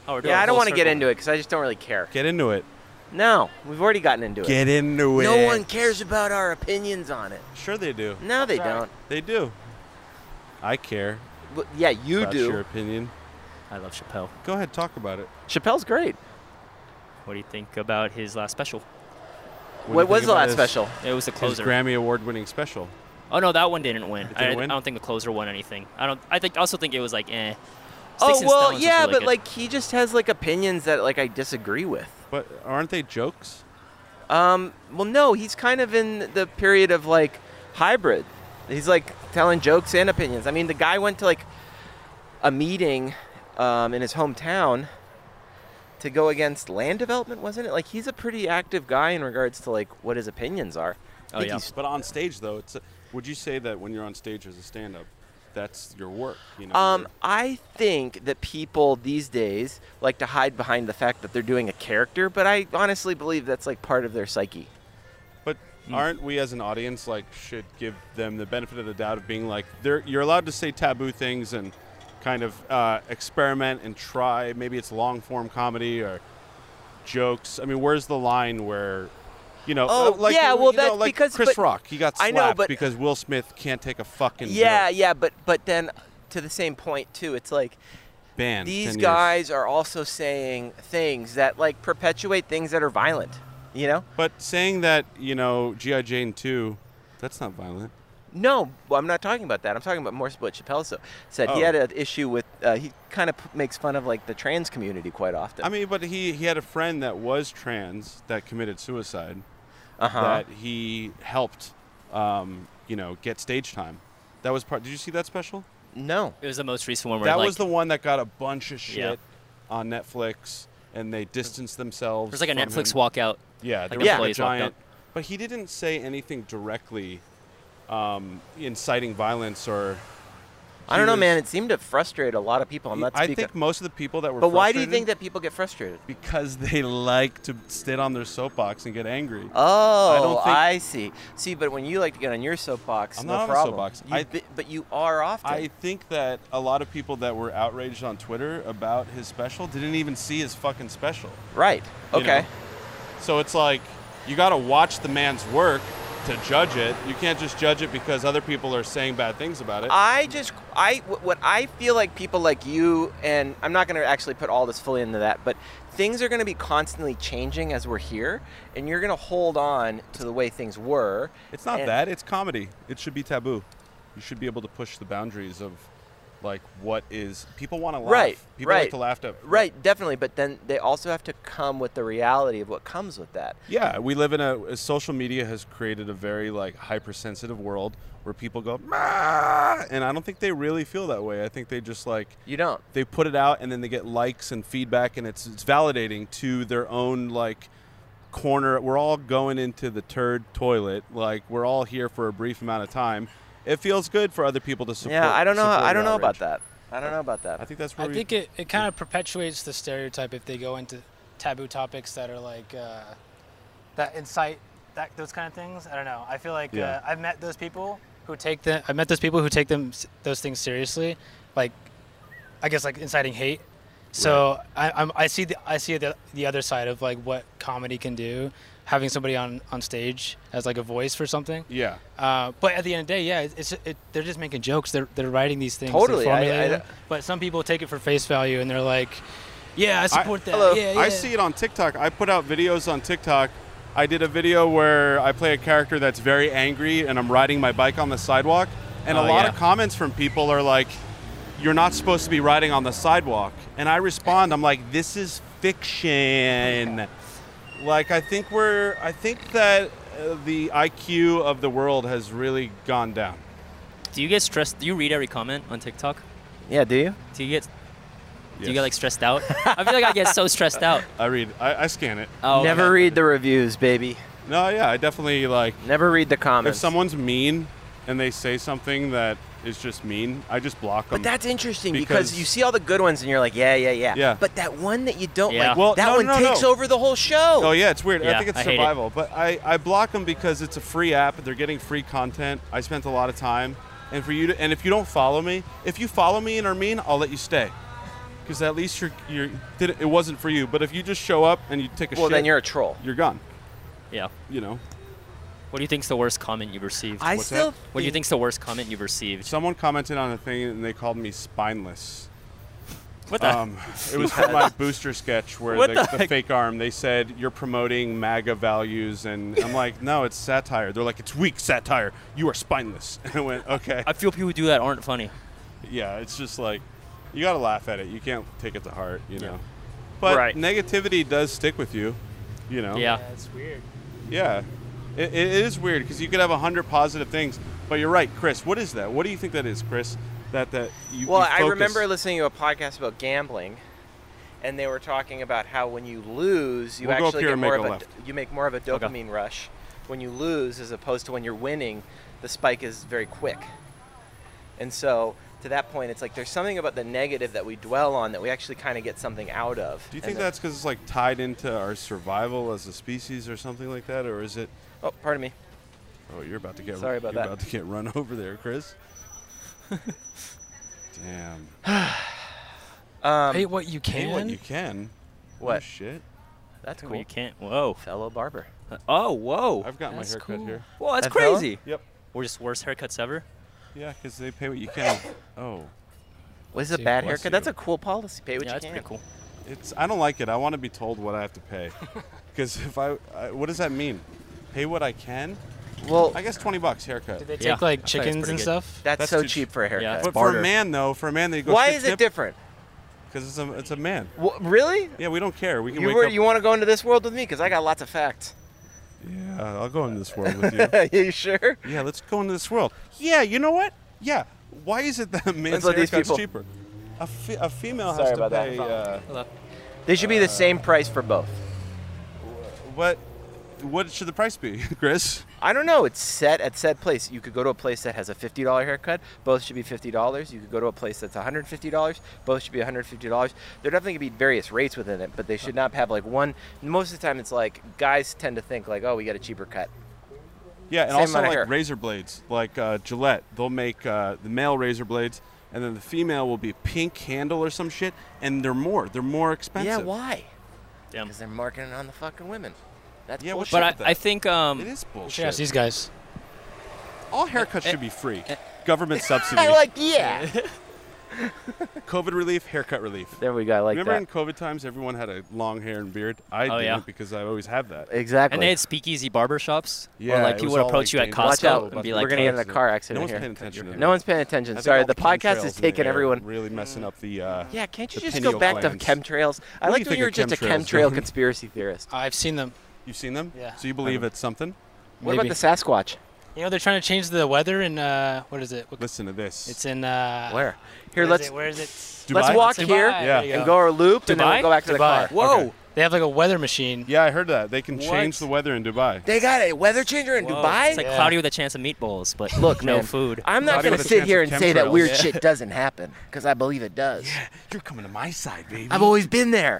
[SPEAKER 1] Oh, we're doing
[SPEAKER 2] yeah,
[SPEAKER 1] a
[SPEAKER 2] I don't
[SPEAKER 1] full
[SPEAKER 2] want to get
[SPEAKER 1] circle.
[SPEAKER 2] into it because I just don't really care.
[SPEAKER 4] Get into it.
[SPEAKER 2] No, we've already gotten into
[SPEAKER 4] Get
[SPEAKER 2] it.
[SPEAKER 4] into
[SPEAKER 2] No
[SPEAKER 4] it.
[SPEAKER 2] one cares about our opinions on it.
[SPEAKER 4] Sure they do.
[SPEAKER 2] No, they
[SPEAKER 4] That's right.
[SPEAKER 2] don't.
[SPEAKER 4] They do. I care.
[SPEAKER 2] But yeah, you
[SPEAKER 4] about
[SPEAKER 2] do.
[SPEAKER 4] Your opinion.
[SPEAKER 1] I love Chappelle.
[SPEAKER 4] Go ahead, talk about it.
[SPEAKER 2] Chappelle's great.
[SPEAKER 1] What do you think about his last special?
[SPEAKER 2] What What do you was think the about last his- special?
[SPEAKER 1] It was the
[SPEAKER 4] his
[SPEAKER 1] closer.
[SPEAKER 4] Grammy award-winning special.
[SPEAKER 1] oh no, that one didn't win. I,
[SPEAKER 4] didn't win?
[SPEAKER 1] I don't think the closer won anything. I don't. I think also think it was like eh. Sticks and
[SPEAKER 2] Oh
[SPEAKER 1] Stones
[SPEAKER 2] well,
[SPEAKER 1] was
[SPEAKER 2] yeah,
[SPEAKER 1] really
[SPEAKER 2] but
[SPEAKER 1] good.
[SPEAKER 2] like he just has like opinions that like I disagree with.
[SPEAKER 4] But aren't they jokes?
[SPEAKER 2] Um, well, no, he's kind of in the period of like hybrid. He's like telling jokes and opinions. I mean, the guy went to like a meeting um, in his hometown to go against land development, wasn't it? Like he's a pretty active guy in regards to like what his opinions are.
[SPEAKER 3] Oh,
[SPEAKER 2] I think he's-
[SPEAKER 4] But on stage though, it's. A, would you say that when you're on stage as a stand-up, that's your work? You know.
[SPEAKER 2] Um, I think that people these days like to hide behind the fact that they're doing a character, but I honestly believe that's like part of their psyche.
[SPEAKER 4] But aren't we as an audience like should give them the benefit of the doubt of being like they're you're allowed to say taboo things and kind of uh, experiment and try maybe it's long form comedy or
[SPEAKER 3] jokes. I mean, where's the line where, you know,
[SPEAKER 2] Oh,
[SPEAKER 3] uh, like,
[SPEAKER 2] yeah,
[SPEAKER 3] you
[SPEAKER 2] well,
[SPEAKER 3] know,
[SPEAKER 2] that's
[SPEAKER 3] like
[SPEAKER 2] because-
[SPEAKER 3] Chris
[SPEAKER 2] but-
[SPEAKER 3] Rock, he got
[SPEAKER 2] I
[SPEAKER 3] slapped
[SPEAKER 2] know, but-
[SPEAKER 3] because Will Smith can't take a fucking
[SPEAKER 2] yeah,
[SPEAKER 3] joke.
[SPEAKER 2] yeah, but but then to the same point too, it's like
[SPEAKER 3] Banned,
[SPEAKER 2] these
[SPEAKER 3] 10 years.
[SPEAKER 2] guys are also saying things that like perpetuate things that are violent. You know?
[SPEAKER 3] But saying that, you know, G.I. Jane 2, that's not violent.
[SPEAKER 2] No, well, I'm not talking about that. I'm talking about more what Chappelle so- said. He
[SPEAKER 3] Oh.
[SPEAKER 2] had an issue with. Uh, he kind of p- makes fun of like the trans community quite often.
[SPEAKER 3] I mean, but he, he had a friend that was trans that committed suicide
[SPEAKER 2] Uh-huh.
[SPEAKER 3] that he helped, um, you know, get stage time. That was part. Did you see that special?
[SPEAKER 2] No.
[SPEAKER 14] It was the most recent one where
[SPEAKER 3] That
[SPEAKER 14] like,
[SPEAKER 3] was the one that got a bunch of shit
[SPEAKER 14] Yeah.
[SPEAKER 3] on Netflix, and they distanced themselves.
[SPEAKER 14] There's like a
[SPEAKER 3] from
[SPEAKER 14] Netflix
[SPEAKER 3] him.
[SPEAKER 14] walkout.
[SPEAKER 3] Yeah,
[SPEAKER 14] Like
[SPEAKER 3] there was like a
[SPEAKER 14] employees walked
[SPEAKER 3] giant.
[SPEAKER 14] out.
[SPEAKER 3] But he didn't say anything directly um, inciting violence or.
[SPEAKER 2] I don't know, man. It seemed to frustrate a lot of people. I'm not.
[SPEAKER 3] I
[SPEAKER 2] speaking-
[SPEAKER 3] think most of the people that were.
[SPEAKER 2] But why do you think
[SPEAKER 3] frustrated-
[SPEAKER 2] that people get frustrated?
[SPEAKER 3] Because they like to sit on their soapbox and get angry.
[SPEAKER 2] Oh, I,
[SPEAKER 3] I don't think
[SPEAKER 2] see. See, but when you like to get on your soapbox,
[SPEAKER 3] I'm
[SPEAKER 2] no
[SPEAKER 3] not on a
[SPEAKER 2] problem.
[SPEAKER 3] soapbox.
[SPEAKER 2] You
[SPEAKER 3] I-
[SPEAKER 2] bi- but you are often.
[SPEAKER 3] I think that a lot of people that were outraged on Twitter about his special didn't even see his fucking special.
[SPEAKER 2] Right.
[SPEAKER 3] You
[SPEAKER 2] Okay.
[SPEAKER 3] know? So it's like you got to watch the man's work to judge it. You can't just judge it because other people are saying bad things about it.
[SPEAKER 2] I just I wh- what I feel like people like you and I'm not going to actually put all this fully into that, but things are going to be constantly changing as we're here, and you're going to hold on to the way things were.
[SPEAKER 3] it's not
[SPEAKER 2] and-
[SPEAKER 3] that. It's comedy. It should be taboo. You should be able to push the boundaries of like what is people want to laugh.
[SPEAKER 2] Right.
[SPEAKER 3] People
[SPEAKER 2] right.
[SPEAKER 3] like to laugh at
[SPEAKER 2] Right. Definitely. But then they also have to come with the reality of what comes with that.
[SPEAKER 3] Yeah, we live in a, a social media has created a very like hypersensitive world where people go "Mah!" and I don't think they really feel that way. I think they just like
[SPEAKER 2] you don't.
[SPEAKER 3] They put it out and then they get likes and feedback and it's it's validating to their own like corner. We're all going into the turd toilet. Like we're all here for a brief amount of time. It feels good for other people to support.
[SPEAKER 2] yeah. I don't know.
[SPEAKER 3] support
[SPEAKER 2] I don't know
[SPEAKER 3] outrage.
[SPEAKER 2] about that. I don't know about that.
[SPEAKER 3] I think that's
[SPEAKER 4] I
[SPEAKER 3] where we,
[SPEAKER 4] think it, it kind of perpetuates the stereotype if they go into taboo topics that are like uh, that incite that those kind of things. I don't know. I feel like
[SPEAKER 15] Yeah.
[SPEAKER 4] uh, I've met those people who take the I met those people who take them s- those things seriously, like I guess like inciting hate. So I, I'm, I see the I see the, the other side of like what comedy can do, having somebody on, on stage as like a voice for something.
[SPEAKER 3] Yeah.
[SPEAKER 4] Uh, but at the end of the day, yeah, it's it, they're just making jokes. They're they're writing these things. they're
[SPEAKER 2] Totally, I- I-
[SPEAKER 4] formulating them. but some people take it for face value and they're like, yeah, I support that. Yeah, yeah.
[SPEAKER 3] I see it on TikTok. I put out videos on TikTok. I did a video where I play a character that's very angry and I'm riding my bike on the sidewalk. And a
[SPEAKER 16] Oh,
[SPEAKER 3] lot
[SPEAKER 16] yeah.
[SPEAKER 3] of comments from people are like, you're not supposed to be riding on the sidewalk. And I respond, I'm like, this is fiction. Like, I think we're, I think that uh, the IQ of the world has really gone down.
[SPEAKER 14] Do you get stressed? Do you read every comment on TikTok?
[SPEAKER 2] Yeah. Do you?
[SPEAKER 14] Do you get? Do you
[SPEAKER 3] Yes.
[SPEAKER 14] get like stressed out? I feel like I get so stressed out. Oh,
[SPEAKER 3] I read, I, I scan it.
[SPEAKER 1] Uh
[SPEAKER 2] Never read the reviews, baby.
[SPEAKER 3] No, yeah, I definitely like.
[SPEAKER 2] Never read the comments.
[SPEAKER 3] If someone's mean and they say something that is just mean, I just block them.
[SPEAKER 2] But that's interesting because, you see all the good ones and you're like, yeah, yeah, yeah.
[SPEAKER 3] Yeah.
[SPEAKER 2] But that one that you don't
[SPEAKER 3] Yeah.
[SPEAKER 2] like,
[SPEAKER 3] Well,
[SPEAKER 2] that
[SPEAKER 3] no,
[SPEAKER 2] one
[SPEAKER 3] no, no,
[SPEAKER 2] takes
[SPEAKER 3] no.
[SPEAKER 2] over the whole show.
[SPEAKER 3] Oh yeah, it's weird. I
[SPEAKER 2] Yeah,
[SPEAKER 3] think it's
[SPEAKER 2] I hate it.
[SPEAKER 3] survival. But I, I block them because it's a free app. They're getting free content. I spent a lot of time, and for you to, and if you don't follow me, if you follow me and are mean, I'll let you stay, because at least you're you're did it, it wasn't for you. But if you just show up and you take a
[SPEAKER 2] Well,
[SPEAKER 3] shit,
[SPEAKER 2] then you're a troll.
[SPEAKER 3] You're gone.
[SPEAKER 14] Yeah.
[SPEAKER 3] You know.
[SPEAKER 14] What do you think's the worst comment you've received?
[SPEAKER 3] I What's still that?
[SPEAKER 14] What do you
[SPEAKER 3] think-
[SPEAKER 14] think's the worst comment you've received?
[SPEAKER 3] Someone commented on a thing and they called me spineless. Um,
[SPEAKER 14] What the-
[SPEAKER 3] it was for my booster sketch where
[SPEAKER 14] What
[SPEAKER 3] the,
[SPEAKER 14] the
[SPEAKER 3] the,
[SPEAKER 14] heck?
[SPEAKER 3] fake arm. They said you're promoting MAGA values, and I'm like, no, it's satire. They're like, it's weak satire. You are spineless. And I went, okay.
[SPEAKER 14] I feel people who do that aren't funny.
[SPEAKER 3] Yeah, it's just like you got to laugh at it. You can't take it to heart, you know. But
[SPEAKER 14] Right.
[SPEAKER 3] negativity does stick with you, you know.
[SPEAKER 14] Yeah.
[SPEAKER 4] That's weird.
[SPEAKER 3] Yeah. It, it is weird because you could have a hundred positive things, but you're right, Chris. What is that? What do you think that is, Chris? That that you
[SPEAKER 2] well,
[SPEAKER 3] you
[SPEAKER 2] I
[SPEAKER 3] focus-
[SPEAKER 2] remember listening to a podcast about gambling, and they were talking about how when you lose, you
[SPEAKER 3] We'll go up
[SPEAKER 2] actually
[SPEAKER 3] here
[SPEAKER 2] get
[SPEAKER 3] and
[SPEAKER 2] more
[SPEAKER 3] make
[SPEAKER 2] of
[SPEAKER 3] a
[SPEAKER 2] a
[SPEAKER 3] left.
[SPEAKER 2] you make more of a
[SPEAKER 3] Okay.
[SPEAKER 2] dopamine rush when you lose as opposed to when you're winning. The spike is very quick, and so to that point, it's like there's something about the negative that we dwell on that we actually kind of get something out of.
[SPEAKER 3] Do you think that's because it's like tied into our survival as a species or something like that, or is it?
[SPEAKER 2] Oh, pardon me.
[SPEAKER 3] Oh, you're about to get
[SPEAKER 2] Sorry about
[SPEAKER 3] you're
[SPEAKER 2] that.
[SPEAKER 3] About to get run over there, Chris. Damn.
[SPEAKER 2] Um,
[SPEAKER 4] Hate what you
[SPEAKER 3] Hate what
[SPEAKER 4] can?
[SPEAKER 3] you can. Oh,
[SPEAKER 2] What?
[SPEAKER 3] shit.
[SPEAKER 2] That's
[SPEAKER 14] Well,
[SPEAKER 2] cool.
[SPEAKER 14] You can't. Whoa.
[SPEAKER 2] Fellow barber.
[SPEAKER 14] Oh, whoa.
[SPEAKER 3] I've got my haircut here.
[SPEAKER 14] Well, that's
[SPEAKER 3] That fella?
[SPEAKER 14] crazy.
[SPEAKER 3] Yep.
[SPEAKER 14] We're just worst haircuts ever.
[SPEAKER 3] Yeah, because they pay what you can. Oh.
[SPEAKER 2] Was it a bad haircut? That's a cool policy. Pay what you can.
[SPEAKER 3] It's I don't like it. I want to be told what I have to pay. Because if I, I, what does that mean? Pay what I can.
[SPEAKER 2] Well,
[SPEAKER 3] I guess twenty bucks haircut.
[SPEAKER 4] Do they take, Yeah. like, I think that's chickens pretty and good. stuff?
[SPEAKER 2] That's so
[SPEAKER 3] too
[SPEAKER 2] cheap for a haircut. It's
[SPEAKER 3] But for
[SPEAKER 2] barter.
[SPEAKER 3] a man though, for a man they go.
[SPEAKER 2] Why is it different?
[SPEAKER 3] Because it's a it's a man.
[SPEAKER 2] really?
[SPEAKER 3] Yeah, we don't care. We can
[SPEAKER 2] You,
[SPEAKER 3] wake
[SPEAKER 2] were,
[SPEAKER 3] up.
[SPEAKER 2] you want to go into this world with me? Because I got lots of facts.
[SPEAKER 3] yeah, I'll go into this world with you.
[SPEAKER 2] you sure?
[SPEAKER 3] Yeah, let's go into this world. Yeah, you know what? Yeah. Why is it that a man's
[SPEAKER 2] let these
[SPEAKER 3] haircut's
[SPEAKER 2] people-
[SPEAKER 3] cheaper? A, fe- a female
[SPEAKER 2] Sorry
[SPEAKER 3] has to
[SPEAKER 2] about that.
[SPEAKER 3] pay. Uh,
[SPEAKER 2] They should be the same price for both.
[SPEAKER 3] What? What should the price be, Chris?
[SPEAKER 2] I don't know. It's set at said place. You could go to a place that has a fifty dollar haircut. Both should be fifty dollars. You could go to a place that's one hundred fifty dollars. Both should be one hundred fifty dollars. There definitely could be various rates within it, but they should not have like one. Most of the time, it's like guys tend to think like, oh, we got a cheaper cut.
[SPEAKER 3] Yeah, and
[SPEAKER 2] Same
[SPEAKER 3] also
[SPEAKER 2] amount of
[SPEAKER 3] like
[SPEAKER 2] hair.
[SPEAKER 3] razor blades, like uh, Gillette. They'll make uh, the male razor blades, and then the female will be a pink handle or some shit, and they're more. They're more expensive.
[SPEAKER 2] Yeah, why? Because they're marketing on the fucking women. That's
[SPEAKER 3] Yeah, what's
[SPEAKER 2] bullshit.
[SPEAKER 3] up with that?
[SPEAKER 14] um,
[SPEAKER 3] it is bullshit. All haircuts
[SPEAKER 2] Eh,
[SPEAKER 3] should be free. Government subsidy.
[SPEAKER 2] I like yeah.
[SPEAKER 3] COVID relief, haircut relief.
[SPEAKER 2] There we go. I like
[SPEAKER 3] Remember
[SPEAKER 2] that.
[SPEAKER 3] in COVID times, everyone had a long hair and beard. I
[SPEAKER 14] Oh,
[SPEAKER 3] didn't
[SPEAKER 14] yeah.
[SPEAKER 3] because I always had that.
[SPEAKER 2] Exactly.
[SPEAKER 14] And they had speakeasy barber shops.
[SPEAKER 3] Yeah,
[SPEAKER 14] Where
[SPEAKER 3] it
[SPEAKER 14] like people
[SPEAKER 3] was
[SPEAKER 14] would
[SPEAKER 3] all,
[SPEAKER 14] approach
[SPEAKER 3] like,
[SPEAKER 14] you at
[SPEAKER 3] dangerous. Watch out,
[SPEAKER 14] Costco and be
[SPEAKER 3] we're
[SPEAKER 14] like,
[SPEAKER 2] We're gonna get in a car accident
[SPEAKER 3] No one's
[SPEAKER 2] here.
[SPEAKER 3] paying attention to
[SPEAKER 2] No one's paying attention.
[SPEAKER 3] I think
[SPEAKER 2] Sorry,
[SPEAKER 3] all
[SPEAKER 2] the podcast
[SPEAKER 3] chemtrails
[SPEAKER 2] is
[SPEAKER 3] in the
[SPEAKER 2] taking
[SPEAKER 3] air are
[SPEAKER 2] everyone-
[SPEAKER 3] Really messing up the. Uh,
[SPEAKER 2] Yeah, can't you
[SPEAKER 3] the
[SPEAKER 2] just go
[SPEAKER 3] pineal
[SPEAKER 2] back
[SPEAKER 3] glands.
[SPEAKER 2] to chemtrails? I
[SPEAKER 3] What
[SPEAKER 2] liked
[SPEAKER 3] do you
[SPEAKER 2] when
[SPEAKER 3] think
[SPEAKER 2] you were
[SPEAKER 3] of
[SPEAKER 2] just a
[SPEAKER 3] chemtrails,
[SPEAKER 2] chemtrail
[SPEAKER 3] Dylan?
[SPEAKER 2] conspiracy theorist.
[SPEAKER 4] I've seen them.
[SPEAKER 3] You've seen them?
[SPEAKER 4] Yeah.
[SPEAKER 3] So you believe it's something?
[SPEAKER 2] What about the Sasquatch?
[SPEAKER 4] You know they're trying to change the weather in uh, what is it? What-
[SPEAKER 3] Listen to this.
[SPEAKER 4] It's in uh,
[SPEAKER 2] where? Here,
[SPEAKER 4] is
[SPEAKER 2] let's-
[SPEAKER 4] it? where is it?
[SPEAKER 2] let's walk
[SPEAKER 4] Dubai.
[SPEAKER 2] here
[SPEAKER 4] There you
[SPEAKER 2] and go our loop, and then
[SPEAKER 4] Dubai?
[SPEAKER 2] we'll go back to the car.
[SPEAKER 4] Dubai. They have like a weather machine.
[SPEAKER 3] Yeah, I heard that. They can
[SPEAKER 4] What?
[SPEAKER 3] change the weather in Dubai.
[SPEAKER 2] They got a weather changer in
[SPEAKER 14] Whoa,
[SPEAKER 2] Dubai.
[SPEAKER 14] It's like cloudy with a chance of meatballs, but
[SPEAKER 2] Look,
[SPEAKER 14] no
[SPEAKER 2] man,
[SPEAKER 14] food.
[SPEAKER 2] I'm not
[SPEAKER 14] Cloudy
[SPEAKER 2] gonna
[SPEAKER 14] with a
[SPEAKER 2] sit
[SPEAKER 14] chance
[SPEAKER 2] here
[SPEAKER 14] of
[SPEAKER 2] and say that
[SPEAKER 14] chemtrails.
[SPEAKER 2] weird
[SPEAKER 14] Yeah.
[SPEAKER 2] shit doesn't happen because I believe it does.
[SPEAKER 3] You're coming to my side, baby.
[SPEAKER 2] I've always been there.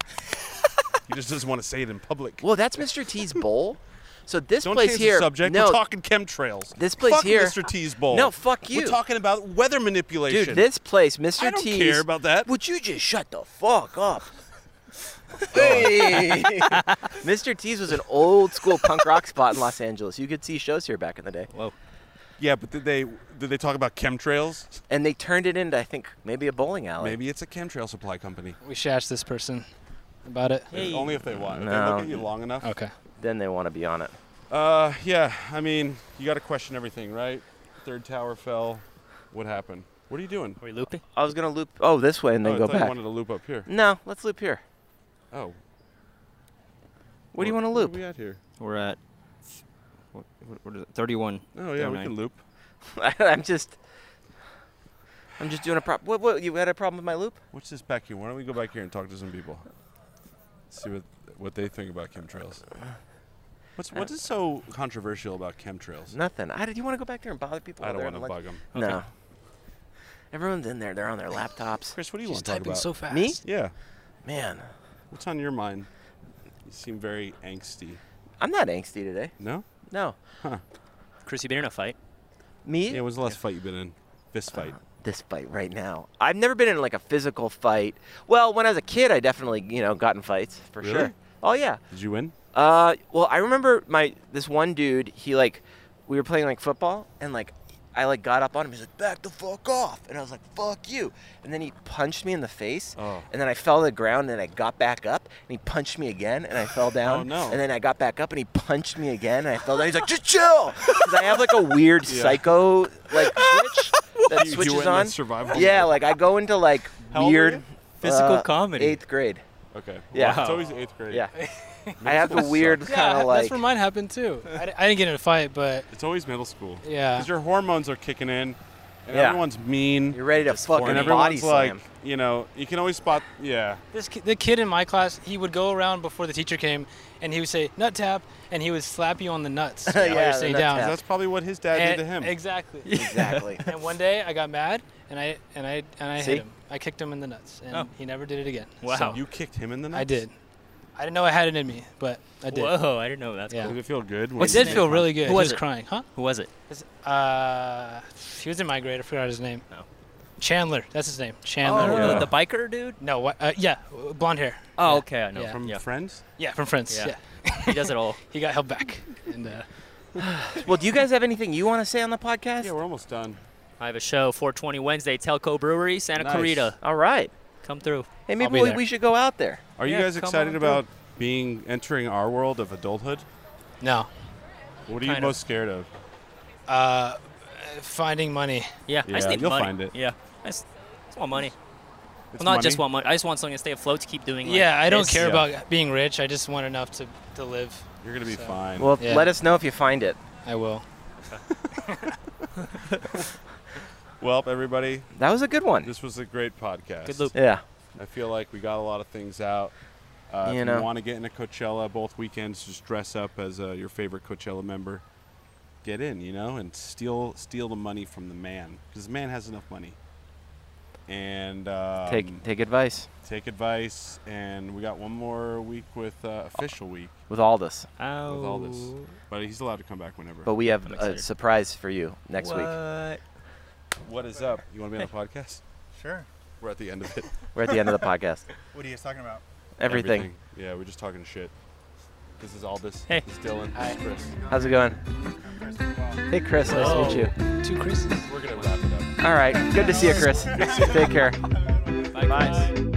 [SPEAKER 3] He just doesn't want to say it in public.
[SPEAKER 2] Well, that's Mr. T's bowl. So this
[SPEAKER 3] Don't
[SPEAKER 2] place
[SPEAKER 3] change
[SPEAKER 2] here.
[SPEAKER 3] the subject.
[SPEAKER 2] No,
[SPEAKER 3] We're talking chemtrails.
[SPEAKER 2] This place
[SPEAKER 3] fuck
[SPEAKER 2] here-
[SPEAKER 3] Mr. T's bowl.
[SPEAKER 2] No, fuck you.
[SPEAKER 3] We're talking about weather manipulation.
[SPEAKER 2] dude, this place, Mr.
[SPEAKER 3] I don't
[SPEAKER 2] T's.
[SPEAKER 3] care about that.
[SPEAKER 2] Would you just shut the fuck up?
[SPEAKER 3] Oh.
[SPEAKER 2] Hey. Mr. T's was an old school punk rock spot in Los Angeles. You could see shows here back in the day.
[SPEAKER 14] Whoa.
[SPEAKER 3] Yeah, but did they did they talk about chemtrails?
[SPEAKER 2] And they turned it into, I think, maybe a bowling alley.
[SPEAKER 3] Maybe it's a chemtrail supply company.
[SPEAKER 4] We should ask this person about it.
[SPEAKER 3] Only if they want. If they
[SPEAKER 2] No.
[SPEAKER 3] look at you long enough.
[SPEAKER 4] Okay.
[SPEAKER 2] Then they want to be on it.
[SPEAKER 3] Uh, yeah. I mean, you got to question everything, right? Third tower fell. What happened? What are you doing?
[SPEAKER 14] Are we looping?
[SPEAKER 2] I was gonna loop. Oh, this way and then
[SPEAKER 3] oh,
[SPEAKER 2] go
[SPEAKER 3] I thought
[SPEAKER 2] back.
[SPEAKER 3] You wanted to loop up here.
[SPEAKER 2] No, let's loop here.
[SPEAKER 3] Oh.
[SPEAKER 2] What do you want to
[SPEAKER 3] Where are
[SPEAKER 2] loop?
[SPEAKER 3] we at here?
[SPEAKER 14] We're at what, what, what is it? 31.
[SPEAKER 3] Oh, yeah, we can loop.
[SPEAKER 2] I'm just. I'm just doing a prop. What? What? You had a problem with my loop?
[SPEAKER 3] What's this back here? Why don't we go back here and talk to some people? See what what they think about chemtrails. What's what is so controversial about chemtrails?
[SPEAKER 2] Nothing. I, do you want to go back there and bother people?
[SPEAKER 3] I
[SPEAKER 2] while
[SPEAKER 3] don't
[SPEAKER 2] they're
[SPEAKER 3] wanna
[SPEAKER 2] on lunch?
[SPEAKER 3] bug 'em.
[SPEAKER 2] No.
[SPEAKER 3] Okay.
[SPEAKER 2] Everyone's in there. They're on their laptops.
[SPEAKER 3] Chris, what do you
[SPEAKER 2] She's
[SPEAKER 3] want to talk
[SPEAKER 2] typing
[SPEAKER 3] about?
[SPEAKER 2] so fast.
[SPEAKER 3] Me? Yeah.
[SPEAKER 2] Man,
[SPEAKER 3] What's on your mind? You seem very angsty.
[SPEAKER 2] I'm not angsty today.
[SPEAKER 3] No?
[SPEAKER 2] No.
[SPEAKER 3] Huh.
[SPEAKER 14] Chris, you been in a fight?
[SPEAKER 2] Me?
[SPEAKER 3] Yeah, when's the last fight you've been in? This
[SPEAKER 2] Uh,
[SPEAKER 3] fight.
[SPEAKER 2] This fight right now. I've never been in like a physical fight. Well, when I was a kid, I definitely you know got in fights for
[SPEAKER 3] Really?
[SPEAKER 2] sure. Oh yeah.
[SPEAKER 3] Did you win?
[SPEAKER 2] Uh, well, I remember my this one dude. He like, we were playing like football, and like, I like got up on him. He's like, back the fuck off, and I was like, fuck you. And then he punched me in the face,
[SPEAKER 3] Oh.
[SPEAKER 2] and then I fell to the ground, and I got back up, and he punched me again, and I fell down.
[SPEAKER 3] Oh, no.
[SPEAKER 2] And then I got back up, and he punched me again, and I fell down. He's like, just chill, 'Cause I have like a weird
[SPEAKER 3] Yeah.
[SPEAKER 2] psycho like switch that
[SPEAKER 3] You- you
[SPEAKER 2] switches
[SPEAKER 3] went in
[SPEAKER 2] on.
[SPEAKER 3] survival
[SPEAKER 2] Yeah,
[SPEAKER 3] mode.
[SPEAKER 2] like I go into like
[SPEAKER 3] How old were
[SPEAKER 2] weird
[SPEAKER 3] you? Physical
[SPEAKER 2] uh,
[SPEAKER 14] comedy.
[SPEAKER 2] Eighth grade.
[SPEAKER 3] Okay.
[SPEAKER 2] Yeah.
[SPEAKER 3] Wow. It's always eighth grade.
[SPEAKER 2] Yeah.
[SPEAKER 3] Middle
[SPEAKER 2] I have the
[SPEAKER 3] school
[SPEAKER 2] weird
[SPEAKER 3] sucks.
[SPEAKER 4] Yeah,
[SPEAKER 2] kind of like.
[SPEAKER 4] that's where mine happened too. I, di- I didn't get in a fight, but
[SPEAKER 3] It's always middle school.
[SPEAKER 4] Yeah.
[SPEAKER 3] Because your hormones are kicking in, and
[SPEAKER 2] Yeah.
[SPEAKER 3] everyone's mean.
[SPEAKER 2] You're ready to fucking
[SPEAKER 3] and
[SPEAKER 2] body
[SPEAKER 3] everyone's like,
[SPEAKER 2] slam.
[SPEAKER 3] you know, you can always spot. Yeah.
[SPEAKER 4] this ki- the kid in my class, he would go around before the teacher came, and he would say nut tap, and he would slap you on the nuts while
[SPEAKER 3] Yeah,
[SPEAKER 4] you're
[SPEAKER 3] the
[SPEAKER 4] sitting
[SPEAKER 3] nut
[SPEAKER 4] down.
[SPEAKER 3] tap. That's probably what his dad did
[SPEAKER 4] and,
[SPEAKER 3] to him.
[SPEAKER 4] Exactly.
[SPEAKER 2] Exactly.
[SPEAKER 4] and one day I got mad, and I and I and I
[SPEAKER 3] See?
[SPEAKER 4] hit him. I kicked him in the nuts, and
[SPEAKER 14] Oh.
[SPEAKER 4] he never did it again.
[SPEAKER 3] So
[SPEAKER 4] So
[SPEAKER 3] you kicked him in the nuts.
[SPEAKER 4] I did. I didn't know I had it in me, but I did.
[SPEAKER 14] Whoa, I didn't know that's
[SPEAKER 4] Yeah.
[SPEAKER 14] cool.
[SPEAKER 3] Did it feel good? when
[SPEAKER 4] It
[SPEAKER 3] you
[SPEAKER 4] did
[SPEAKER 3] did
[SPEAKER 4] feel
[SPEAKER 3] it?
[SPEAKER 4] really good.
[SPEAKER 14] Who was
[SPEAKER 4] he was
[SPEAKER 14] it?
[SPEAKER 4] crying, huh?
[SPEAKER 14] Who was it?
[SPEAKER 4] It's, Uh, he was in my grade. I forgot his name.
[SPEAKER 14] No.
[SPEAKER 4] Chandler. That's his name. Chandler.
[SPEAKER 14] Oh, the- Yeah. the biker dude?
[SPEAKER 4] No. What? Uh, yeah, blonde hair.
[SPEAKER 14] Oh,
[SPEAKER 4] Yeah.
[SPEAKER 14] okay, I know.
[SPEAKER 4] Yeah.
[SPEAKER 14] From Yeah. Friends?
[SPEAKER 4] Yeah, from Friends.
[SPEAKER 14] Yeah.
[SPEAKER 4] Yeah.
[SPEAKER 14] He does it all.
[SPEAKER 4] he got held back. And uh,
[SPEAKER 2] well, do you guys have anything you want to say on the podcast? Yeah,
[SPEAKER 3] we're almost done.
[SPEAKER 14] I have a show 420 Wednesday, Telco Brewery, Santa
[SPEAKER 2] Nice.
[SPEAKER 14] Clarita.
[SPEAKER 2] All right.
[SPEAKER 14] Come through.
[SPEAKER 2] Hey, maybe we, we should go out there.
[SPEAKER 3] Are you
[SPEAKER 14] Yeah,
[SPEAKER 3] guys
[SPEAKER 14] come
[SPEAKER 3] excited
[SPEAKER 14] on
[SPEAKER 3] about being entering our world of adulthood?
[SPEAKER 4] No.
[SPEAKER 3] What are you
[SPEAKER 4] Kind of.
[SPEAKER 3] most scared of?
[SPEAKER 4] uh, finding money.
[SPEAKER 14] Yeah, I just need money. Yeah, I just, just want money. well, not just
[SPEAKER 4] money?
[SPEAKER 14] want money. I just want something to stay afloat to keep doing. Like,
[SPEAKER 4] yeah, I don't
[SPEAKER 14] this.
[SPEAKER 4] care about being rich. I just want enough to, to live.
[SPEAKER 3] You're gonna be
[SPEAKER 4] So-
[SPEAKER 3] fine.
[SPEAKER 2] Well,
[SPEAKER 4] Yeah.
[SPEAKER 2] let us know if you find it.
[SPEAKER 4] I will.
[SPEAKER 3] Well, everybody,
[SPEAKER 2] that was a good one.
[SPEAKER 3] This was a great podcast.
[SPEAKER 2] Good loop. Yeah.
[SPEAKER 3] I feel like we got a lot of things out. Uh, if
[SPEAKER 2] You
[SPEAKER 3] you
[SPEAKER 2] know.
[SPEAKER 3] want to get into Coachella both weekends, just dress up as uh, your favorite Coachella member. Get in, you know, and steal steal the money from the man because the man has enough money. And um,
[SPEAKER 2] Take take advice
[SPEAKER 3] take advice, and we got one more week with uh, official week
[SPEAKER 2] with all this.
[SPEAKER 3] with all this, but he's allowed to come back whenever.
[SPEAKER 2] But we have a surprise for you next week.
[SPEAKER 3] What is up? You want to be on the podcast?
[SPEAKER 15] Sure.
[SPEAKER 3] We're at the end of it.
[SPEAKER 2] We're at the end of the podcast.
[SPEAKER 15] What are you guys talking about?
[SPEAKER 2] Everything.
[SPEAKER 3] Yeah, we're just talking shit. This is all this.
[SPEAKER 2] Hey.
[SPEAKER 3] This is Dylan. This is Chris.
[SPEAKER 2] How's it going? Hey, Chris. Nice to meet you.
[SPEAKER 4] Two Chris's.
[SPEAKER 3] We're gonna wrap it up.
[SPEAKER 2] All right. Good to see you, Chris. Take care.
[SPEAKER 14] Bye.